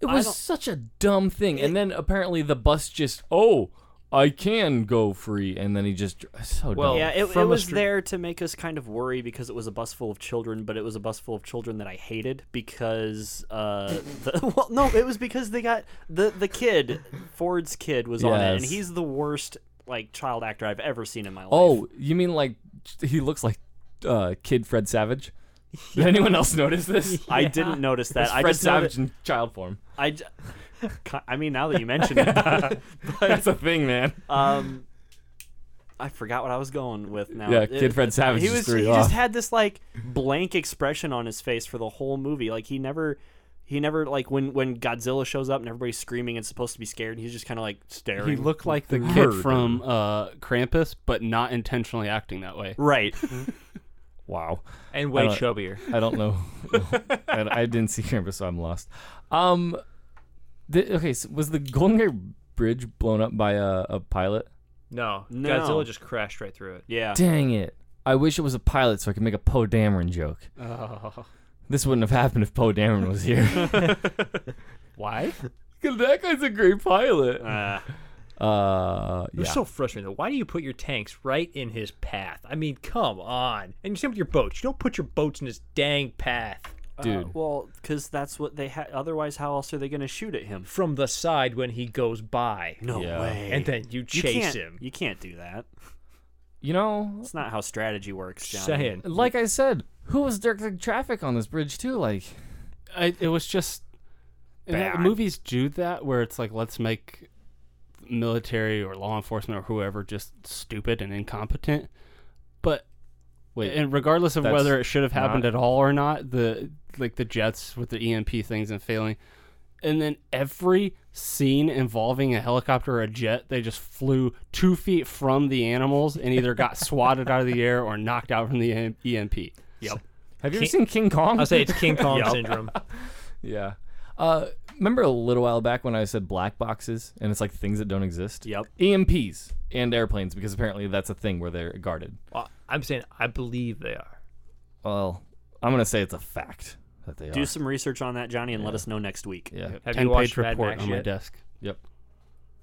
It was such a dumb thing. and then apparently the bus just, oh, I can go free, and then he just dr- so Well, dumb. yeah, it, it from a was stre- there to make us kind of worry because it was a bus full of children, but it was a bus full of children that I hated because uh, the, well, no, it was because they got the the kid Ford's kid was on it, and Yes. he's the worst like child actor I've ever seen in my life. Oh, you mean like he looks like uh, Kid Fred Savage? Did anyone else notice this? I didn't notice that. It's I Fred just Savage noticed- in child form. I, j- Ki- I mean, now that you mention it, but, That's a thing, man. um, I forgot what I was going with now. Yeah, Kid It- Fred Savage He just was threw he you just off. had this like blank expression on his face for the whole movie. Like he never. He never like when when Godzilla shows up and everybody's screaming and supposed to be scared and he's just kind of like staring. He looked like the Murder. kid from uh, Krampus, but not intentionally acting that way. right. Wow. and way uh, I don't- chubbier. I don't know. I, I didn't see Krampus, so I'm lost. Um, the, okay, so was the Golden Gate Bridge blown up by a, a pilot? No, No. Godzilla just crashed right through it. Yeah. Dang it! I wish it was a pilot so I could make a Poe Dameron joke. This wouldn't have happened if Poe Dameron was here. Why? 'Cause that guy's a great pilot. Uh, Uh, It yeah. was so frustrating though. Why do you put your tanks right in his path? I mean, come on. And you same with your boats. You don't put your boats in his dang path Dude. uh, well, because that's what they had. Otherwise, how else are they going to shoot at him? from the side when he goes by. No Yeah. way. And then you you chase can't- him. You can't do that. you know, It's not how strategy works. Johnny. Saying. like I said, who was directing traffic on this bridge too? Like, I, it was just and that- Bad. movies do that where it's like let's make military or law enforcement or whoever just stupid and incompetent. But Wait, and regardless of that's whether it should have happened not- at all or not, the like the jets with the EMP things and failing. And then every scene involving a helicopter or a jet, they just flew two feet from the animals and either got swatted out of the air or knocked out from the E EM- EMP. Yep. have you ever seen King Kong? I'll say it's King Kong syndrome. Yeah. Uh, remember a little while back when I said black boxes and it's like things that don't exist? Yep. EMPs and airplanes because apparently that's a thing where they're guarded. Well, I'm saying I believe they are. Well, I'm going to say it's a fact that they Do are. some research on that, Johnny, and let us know next week. yeah. Have Ten you watched page Mad report Max on my yet? desk. Yep.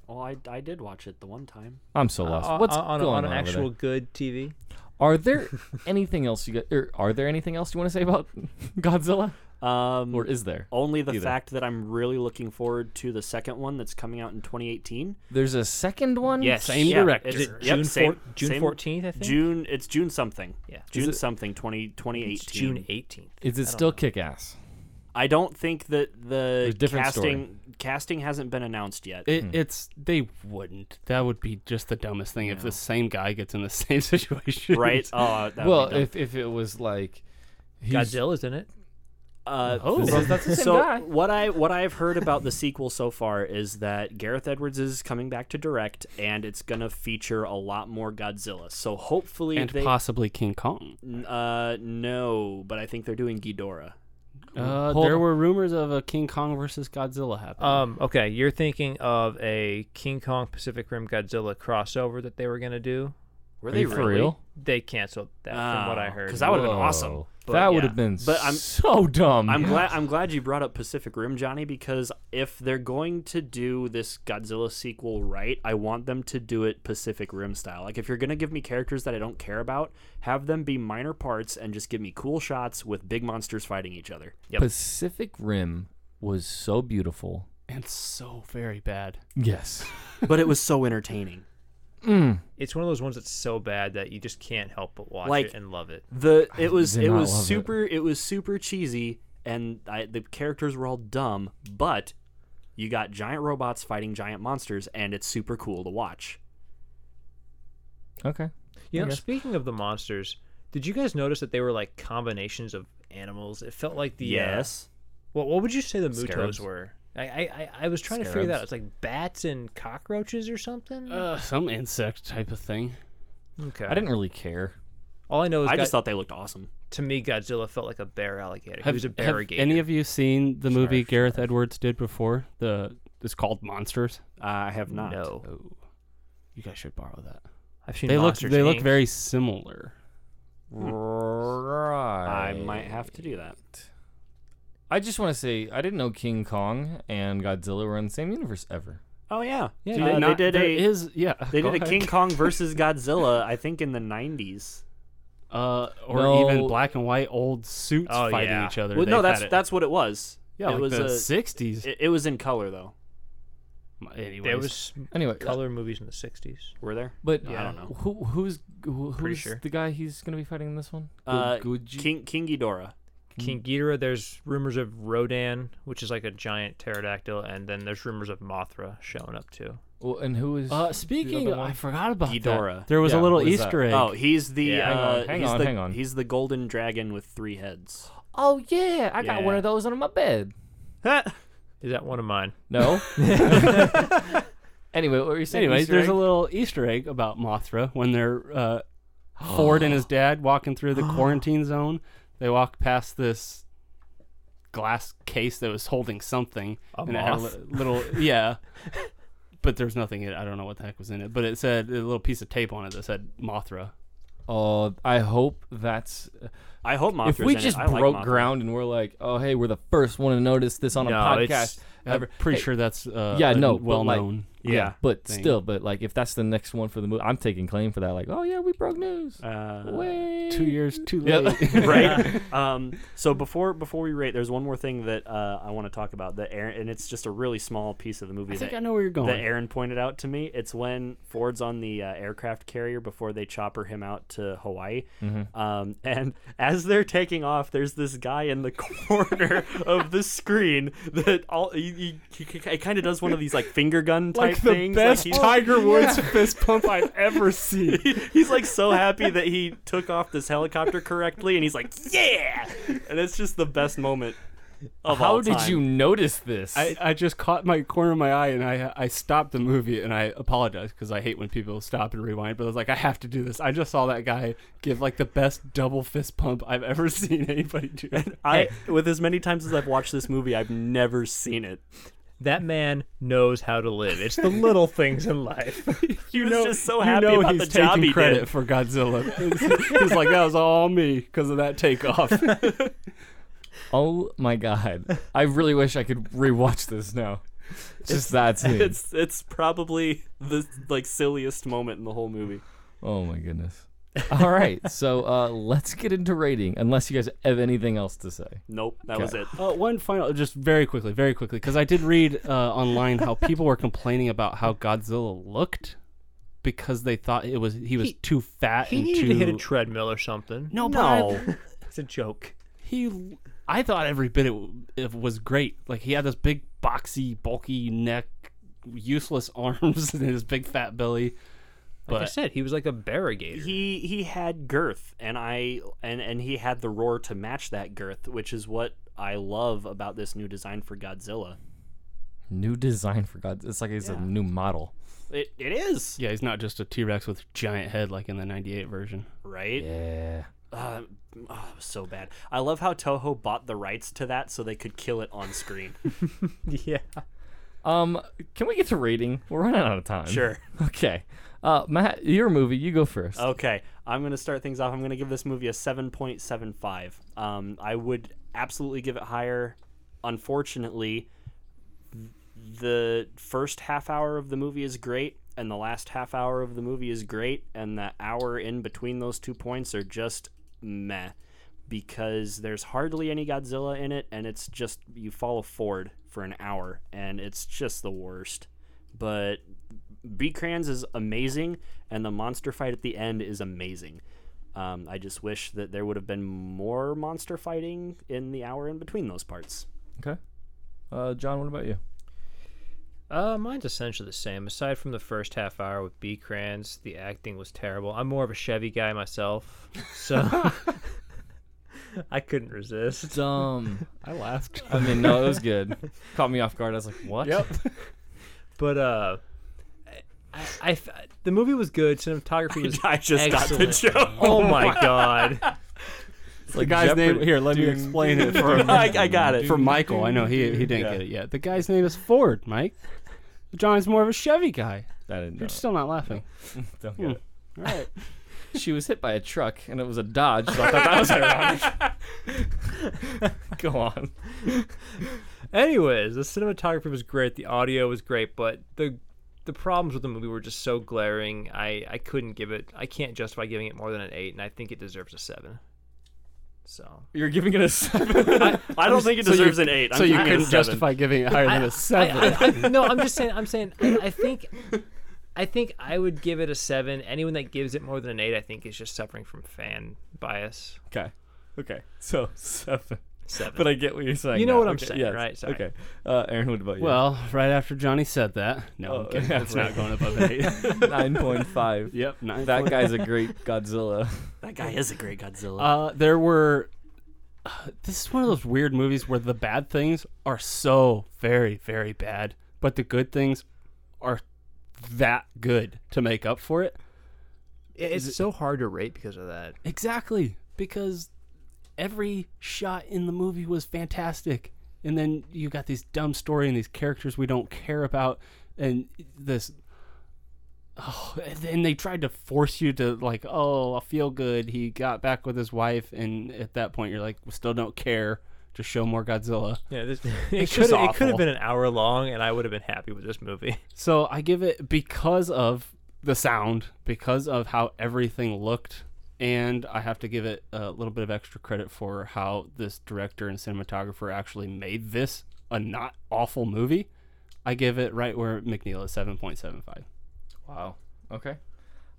Oh, I, I did watch it the one time. I'm so lost. On, What's on, uh, on, going on, an over actual there? good TV? Are there anything else you got, or are there anything else you want to say about Godzilla Um, or is there? only the either. fact that I'm really looking forward to the second one that's coming out in 2018. There's a second one? Same director. Is it yep, June, same- four- June same- 14th, I think? June. It's June something. Yeah. Is June it- something. 20, 2018. It's June 18th. Is it still kick ass? I don't think that the There's different story. casting casting hasn't been announced yet. It, It's they wouldn't. That would be just the dumbest thing if the same guy gets in the same situation, right? Oh, that would be Well, dumb. if, if it was like. he's- Godzilla's in it. Uh, Oh, so- that's the same so guy. what I what I have heard about the sequel so far is that Gareth Edwards is coming back to direct, and it's gonna feature a lot more Godzilla. So hopefully and they possibly King Kong. n- uh no, but I think they're doing Ghidorah. Uh, Hold there on. were rumors of a King Kong versus Godzilla Uh, happening. Um, okay, you're thinking of a King Kong Pacific Rim Godzilla crossover that they were going to do. Were Are they you for real? They canceled that from what I Oh, heard. 'cause I would've been Whoa. awesome, but that would yeah. have been But I'm- so dumb. I'm glad I'm glad you brought up Pacific Rim, Johnny, because if they're going to do this Godzilla sequel right, I want them to do it Pacific Rim style. Like if you're gonna give me characters that I don't care about, have them be minor parts and just give me cool shots with big monsters fighting each other. Yep. Pacific Rim was so beautiful. and so very bad. Yes. but it was so entertaining. Mm, It's one of those ones that's so bad that you just can't help but watch Like- it and love it. The it was did it not was love it. super it. was super cheesy and I, the characters were all dumb, but you got giant robots fighting giant monsters and it's super cool to watch. Okay. You know, Okay. speaking of the monsters, did you guys notice that they were like combinations of animals? It felt like the uh, Yes. what what would you say the mutos Scarabs? were? I, I, I- I was trying to figure that out. Scarabs. It's like bats and cockroaches or something. Uh, some insect type of thing. okay. I didn't really care. All I know is I just God- thought they looked awesome. to me Godzilla felt like a bear alligator. he Have, was a have bear gator. any of you seen the movie Gareth Edwards did before? The it's called Monsters. I have not. no. Oh. You guys should borrow that. I've seen they look Monsters, they look Inc. very similar. Right. Hmm. I might have to do that. I just want to say I didn't know King Kong and Godzilla were in the same universe ever. Oh yeah, Yeah, Uh, they they, not- did there a is- yeah, They go did a ahead. King Kong versus Godzilla, I think, in the '90s. Uh, or No. even black and white old suits Oh, fighting yeah. each other. Well, no, They've had that's it- that's what it was. yeah, it like was the a, '60s. It, it was in color though. Anyways, There was Anyway, color movies in the '60s. Were there? But I don't know. Who who's who, who's sure. the guy he's gonna be fighting in this one? Gu- Uh, Guji- King King Ghidorah. King Ghidorah. There's rumors of Rodan, which is like a giant pterodactyl, and then there's rumors of Mothra showing up too. Well, and who is? Uh, speaking, The of, other one? I forgot about that. Ghidorah. There was Yeah, a little what is that? Easter egg. Oh, he's the Yeah. Hang uh, on, hang he's on, the hang on. he's the golden dragon with three heads. oh yeah, I got one Yeah. of those under my bed. Is that one of mine? No. anyway, what were you saying? Anyways, Easter there's egg? a little Easter egg about Mothra when they're uh, Ford and his dad walking through the quarantine zone. They walk past this glass case that was holding something, A and it had a moth? li- little yeah. But there's nothing in it. I don't know what the heck was in it. But it said a little piece of tape on it that said Mothra. Oh, I hope that's. I hope Mothra's if we in it. just I like broke Mothra. ground and we're like, oh hey, we're the first one to notice this on a No, it's- podcast. I'm ever. pretty Hey, sure that's uh, Yeah, a no, well but like- known. yeah. but thing. still, but like, if that's the next one for the movie, I'm taking claim for that. Like, oh yeah, we broke news. Uh, Way Two years too Yeah. late. right. Um, so before before we rate, there's one more thing that uh, I want to talk about. That Aaron, and it's just a really small piece of the movie. I think that, I know where you're that going. Aaron pointed out to me. It's when Ford's on the uh, aircraft carrier before they chopper him out to Hawaii. Um, and as they're taking off, there's this guy in the corner of the screen that all he, he, he, kind of does one of these like finger gun type like the things. best he's- Tiger Woods fist pump I've ever seen. he- he's like so happy that he took off this helicopter correctly, and he's like, "Yeah!" And it's just the best moment of How all did time. you notice this? I, I just caught my corner of my eye and I I stopped the movie and I apologized because I hate when people stop and rewind. But I was like, I have to do this. I just saw that guy give like the best double fist pump I've ever seen anybody do. I, with as many times as I've watched this movie, I've never seen it. That man knows how to live. It's the little things in life. He was just so you happy know about he's the job taking he credit did. for Godzilla. he's like, that was all me because of that takeoff. Oh my god. I really wish I could rewatch this now. It's just that scene. It's it's probably the like silliest moment in the whole movie. Oh my goodness. All right. So uh, let's get into rating, unless you guys have anything else to say. Nope, that was it. Uh, one final, just very quickly, very quickly, because I did read uh, online how people were complaining about how Godzilla looked because they thought it was he was too fat He and needed too. to hit a treadmill or something. no, but No. I- It's a joke. he, I thought every bit it, it was great. Like he had this big boxy, bulky neck, useless arms, and his big fat belly. Like I But said, he was like a barrigator. He he had girth, and I and and he had the roar to match that girth, which is what I love about this new design for Godzilla. New design for God. It's like it's a new model. It it is yeah, he's not just a T Rex with giant head like in the '98 version. right. Yeah. Uh, oh, it was so bad. I love how Toho bought the rights to that so they could kill it on screen. yeah. Um, can we get to rating? We're running out of time. Sure. Oh. Okay. Uh, Matt, your movie. You go first. Okay, I'm gonna start things off. I'm gonna give this movie a 7.75. Um, I would absolutely give it higher. Unfortunately, th- the first half hour of the movie is great, and the last half hour of the movie is great, and the hour in between those two points are just meh, because there's hardly any Godzilla in it, and it's just you follow Ford for an hour, and it's just the worst. But B Crans is amazing, and the monster fight at the end is amazing. Um, I just wish that there would have been more monster fighting in the hour in between those parts. Okay. Uh, John, what about you? Uh, mine's essentially the same. Aside from the first half hour with B. Kranz, the acting was terrible. I'm more of a Chevy guy myself, so I couldn't resist. Dumb. I laughed. I mean, no, it was good. Caught me off guard. I was like, what? Yep. But uh, I, I, I- the movie was good. Cinematography was. I just got Excellent. the joke. oh my god! It's like The guy's Jeopardy. name here. Let me explain it for I, I got it. for Michael. I know he he didn't get it yet. The guy's name is Ford, Mike. John's more of a Chevy guy. I didn't know. You're still not laughing. Don't get it. All right. She was hit by a truck, and it was a Dodge. So I thought that was ironic. Go on. Anyways, the cinematography was great, the audio was great, but the the problems with the movie were just so glaring. I I couldn't give it. I can't justify giving it more than an eight, and I think it deserves a seven. So You're giving it a seven. I, I don't think it deserves an eight. I'm so you giving it a couldn't seven. justify giving it higher than I- a seven. I, I- I- no, I'm just saying. I'm saying. I, I think. I think I would give it a seven. Anyone that gives it more than an eight, I think, is just suffering from fan bias. okay. Okay. So seven. Seven. But I get what you're saying. You know now. what I'm Okay, saying, yes. right? Sorry. Okay. Uh, Aaron, what about you? Well, right after Johnny said that, no, Oh, I'm kidding. yeah, it's right. not going above an eight. nine point five. yep, nine. That guy's a great Godzilla. That guy is a great Godzilla. Uh, there were. This is one of those weird movies where the bad things are so very, very bad, but the good things are that good to make up for it. It's so hard to rate because of that. Exactly, because every shot in the movie was fantastic. And then you got this dumb story and these characters we don't care about and this oh, and then they tried to force you to like, oh, I feel good. He got back with his wife and at that point you're like, we still don't care. Just show more Godzilla. Yeah, this, It's it just could it could awful. have been an hour long, and I would have been happy with this movie. So I give it because of the sound, because of how everything looked, and I have to give it a little bit of extra credit for how this director and cinematographer actually made this a not awful movie. I give it right where McNeil is seven point seven five wow. Okay.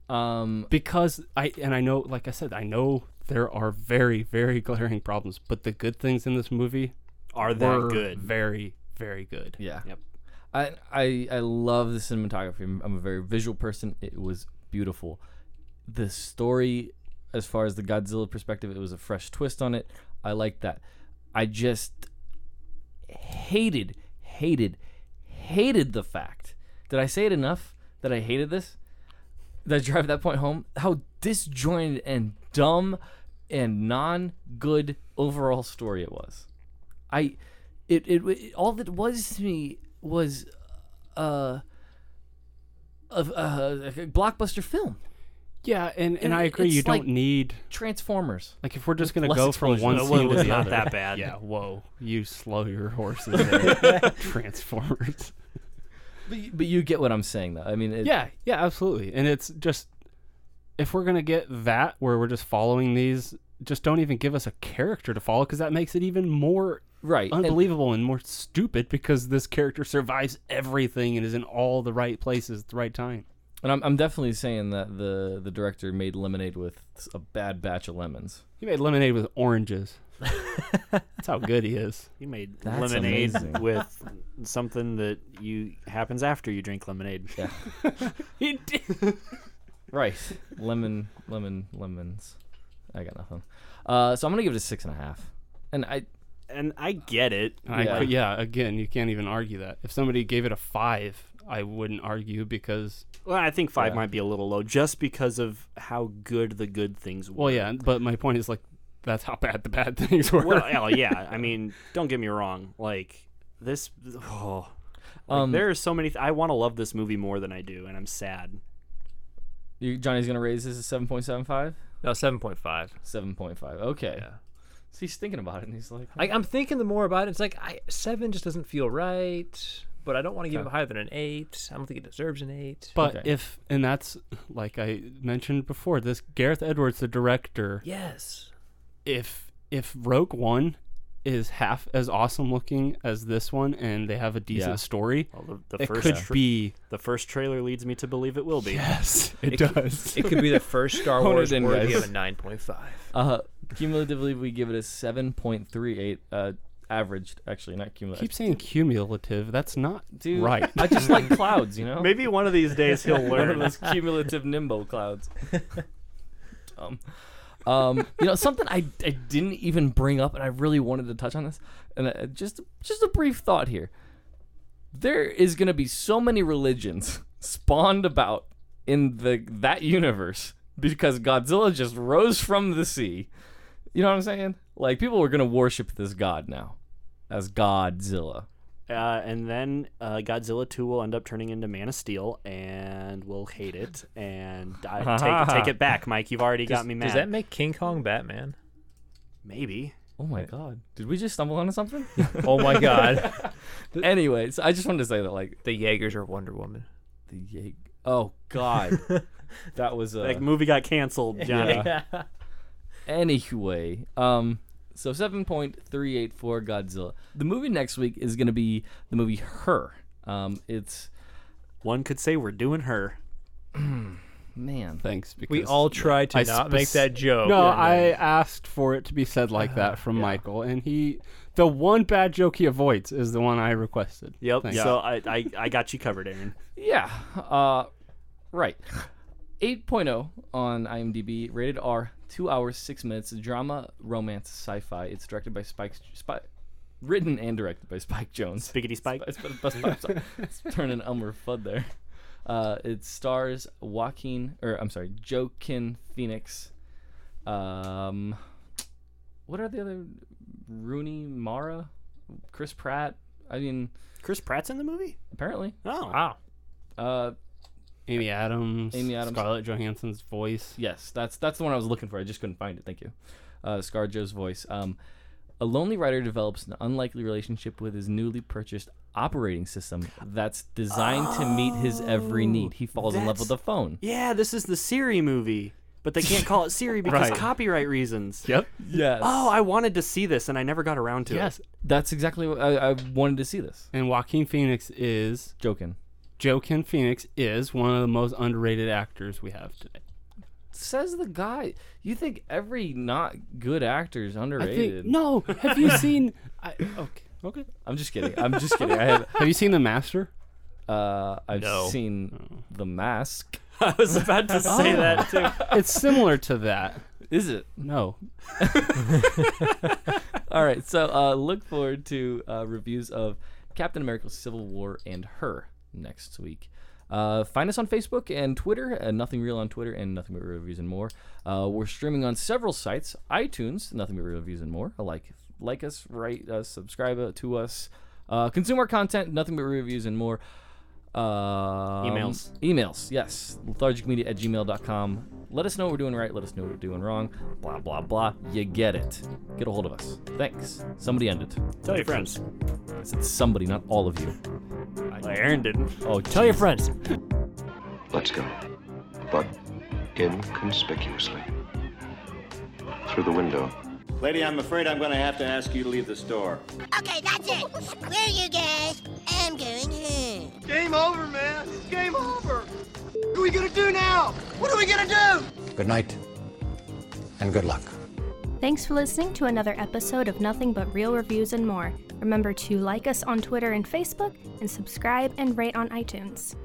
Um. because I and I know, like I said, I know there are very very glaring problems, but the good things in this movie Are that were good? very very good. Yeah. Yep. I I I love the cinematography. I'm I'm a very visual person. It was beautiful. The story, as far as the Godzilla perspective, it was a fresh twist on it. I liked that. I just hated, hated, hated the fact. Did I say it enough that I hated this? Did I drive that point home? How disjointed and dumb and non good overall story it was. I it, it it all that was to me was uh of uh, a blockbuster film Yeah, and, and And I agree. You it's don't like- need Transformers Like if we're just gonna less go from explosions. one No, it scene to was the not other, that bad. Yeah, whoa, you slow your horses, there, Transformers. but, y- but you get what I'm saying though I mean it, Yeah, yeah, absolutely. And it's just if we're gonna get that where we're just following these, just don't even give us a character to follow because that makes it even more right and- unbelievable and more stupid because this character survives everything and is in all the right places at the right time. and I'm, I'm definitely saying that the the director made lemonade with s- a bad batch of lemons He made lemonade with oranges. That's how good he is. you made That's lemonade amazing. with something that you happens after you drink lemonade. Yeah. He did. right lemon lemon lemons I got nothing uh so I'm gonna give it a six and a half and I And I get it. I, Yeah. yeah. yeah, again, you can't even argue that. If somebody gave it a five, I wouldn't argue because, Well, I think five might be a little low just because of how good the good things were. well, yeah, but my point is like, that's how bad the bad things were. Well, hell yeah. I mean, don't get me wrong. Like this, oh, Like, Um, there are so many. Th- I want to love this movie more than I do, and I'm sad. you, Johnny's gonna raise this to 7.75 No, seven point five. 7.5 okay so he's thinking about it and he's like I, I'm thinking the more about it. It's like I, seven just doesn't feel right, but I don't want to give it higher than an eight. I don't think it deserves an eight. but okay. if, and that's like I mentioned before, this Gareth Edwards, the director, yes, if if Rogue One is half as awesome looking as this one and they have a decent Yeah. story, Well, the, the it first could tra- be. the first trailer leads me to believe it will be. Yes, it, It could- does. it could be the first Star Hone it Wars in, worthy guys. of a nine point five. Uh, cumulatively, we give it a 7.38 uh, averaged. Actually, not cumulative. keep saying cumulative. That's not Dude, right. I just like clouds, you know? Maybe one of these days he'll One of learn. those cumulative nimbo clouds. Dumb. Um, you know, something I, I didn't even bring up, and I really wanted to touch on this, and uh, just just a brief thought here. There is going to be so many religions spawned about in the that universe because Godzilla just rose from the sea. You know what I'm saying? Like people are going to worship this god now as Godzilla. Uh, and then uh, Godzilla 2 will end up turning into Man of Steel, and we'll hate it. And I, take, take it back, Mike. You've already got me mad. Does that make King Kong Batman? Maybe. Oh my god. Did we just stumble onto something? Oh my God. anyway, so I just wanted to say that like the Jaegers are Wonder Woman. the Ye- Oh god. that was uh, That movie got canceled, Johnny. Yeah. anyway, um, so 7.384 Godzilla. The movie next week is going to be the movie Her. Um, it's One could say we're doing her. man. Thanks. Because We all tried to I not make spec- that joke. No, I asked for it to be said like that from Michael, and he, the one bad joke he avoids is the one I requested. Yep. Thanks. So I, I I got you covered, Aaron. Yeah. Uh, right. 8.0 on IMDb, rated R, 2 hours, 6 minutes, drama, romance, sci-fi. It's directed by Spike Spike written and directed by Spike Jones. Biggity Spike. It's been- best- I'm sorry. It's turning Elmer Fudd there. Uh, it stars Joaquin, or I'm sorry, Joaquin Phoenix. Um, what are the other? Rooney Mara, Chris Pratt. I mean, Chris Pratt's in the movie? apparently. Oh. Wow. Uh, Amy Adams. Amy Adams. Scarlett Johansson's voice. yes, that's that's the one I was looking for. I just couldn't find it. Thank you. Uh, ScarJo's voice. Um, a lonely writer develops an unlikely relationship with his newly purchased operating system that's designed to meet his every need. He falls in love that's- with a phone. Yeah, this is the Siri movie, but they can't call it Siri because Right. copyright reasons. Yep. Yes. Oh, I wanted to see this and I never got around to Yes. it. That's exactly what I, I wanted to see this. And Joaquin Phoenix is Joking. Joaquin Phoenix is one of the most underrated actors we have today. Says the guy. You think every not good actor is I underrated? think, no, have you seen? I, okay, okay. I'm just kidding. I'm just kidding. I have. Have you seen The Master? Uh, I've No. seen The Mask. I was about to say that too. It's similar to that. Is it? No, All right. So uh, look forward to uh, reviews of Captain America: Civil War and Her next week. Uh, find us on Facebook and Twitter, uh, Nothing Real on Twitter, and Nothing But Real Reviews and More. Uh, we're streaming on several sites: iTunes, Nothing But Real Reviews and More. Like, like us, write us, subscribe uh, to us, uh, consume our content, Nothing But Real Reviews and More. Um, Emails. Emails, yes. Lethargicmedia at gmail.com. Let us know what we're doing right. Let us know what we're doing wrong. Blah, blah, blah. You get it. Get a hold of us. Thanks. Somebody ended. Tell your friends. I said somebody, not all of you. Well, Aaron didn't. Oh, Tell your friends. Let's go. But inconspicuously. Through the window. Lady, I'm afraid I'm going to have to ask you to leave the store. Okay, that's it. Screw you guys. I'm going home. Game over, man. It's game over. What are we gonna do now? What are we gonna do? Good night, and good luck. Thanks for listening to another episode of Nothing But Real Reviews and More. Remember to like us on Twitter and Facebook, and subscribe and rate on iTunes.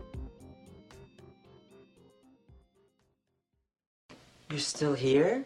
You're still here?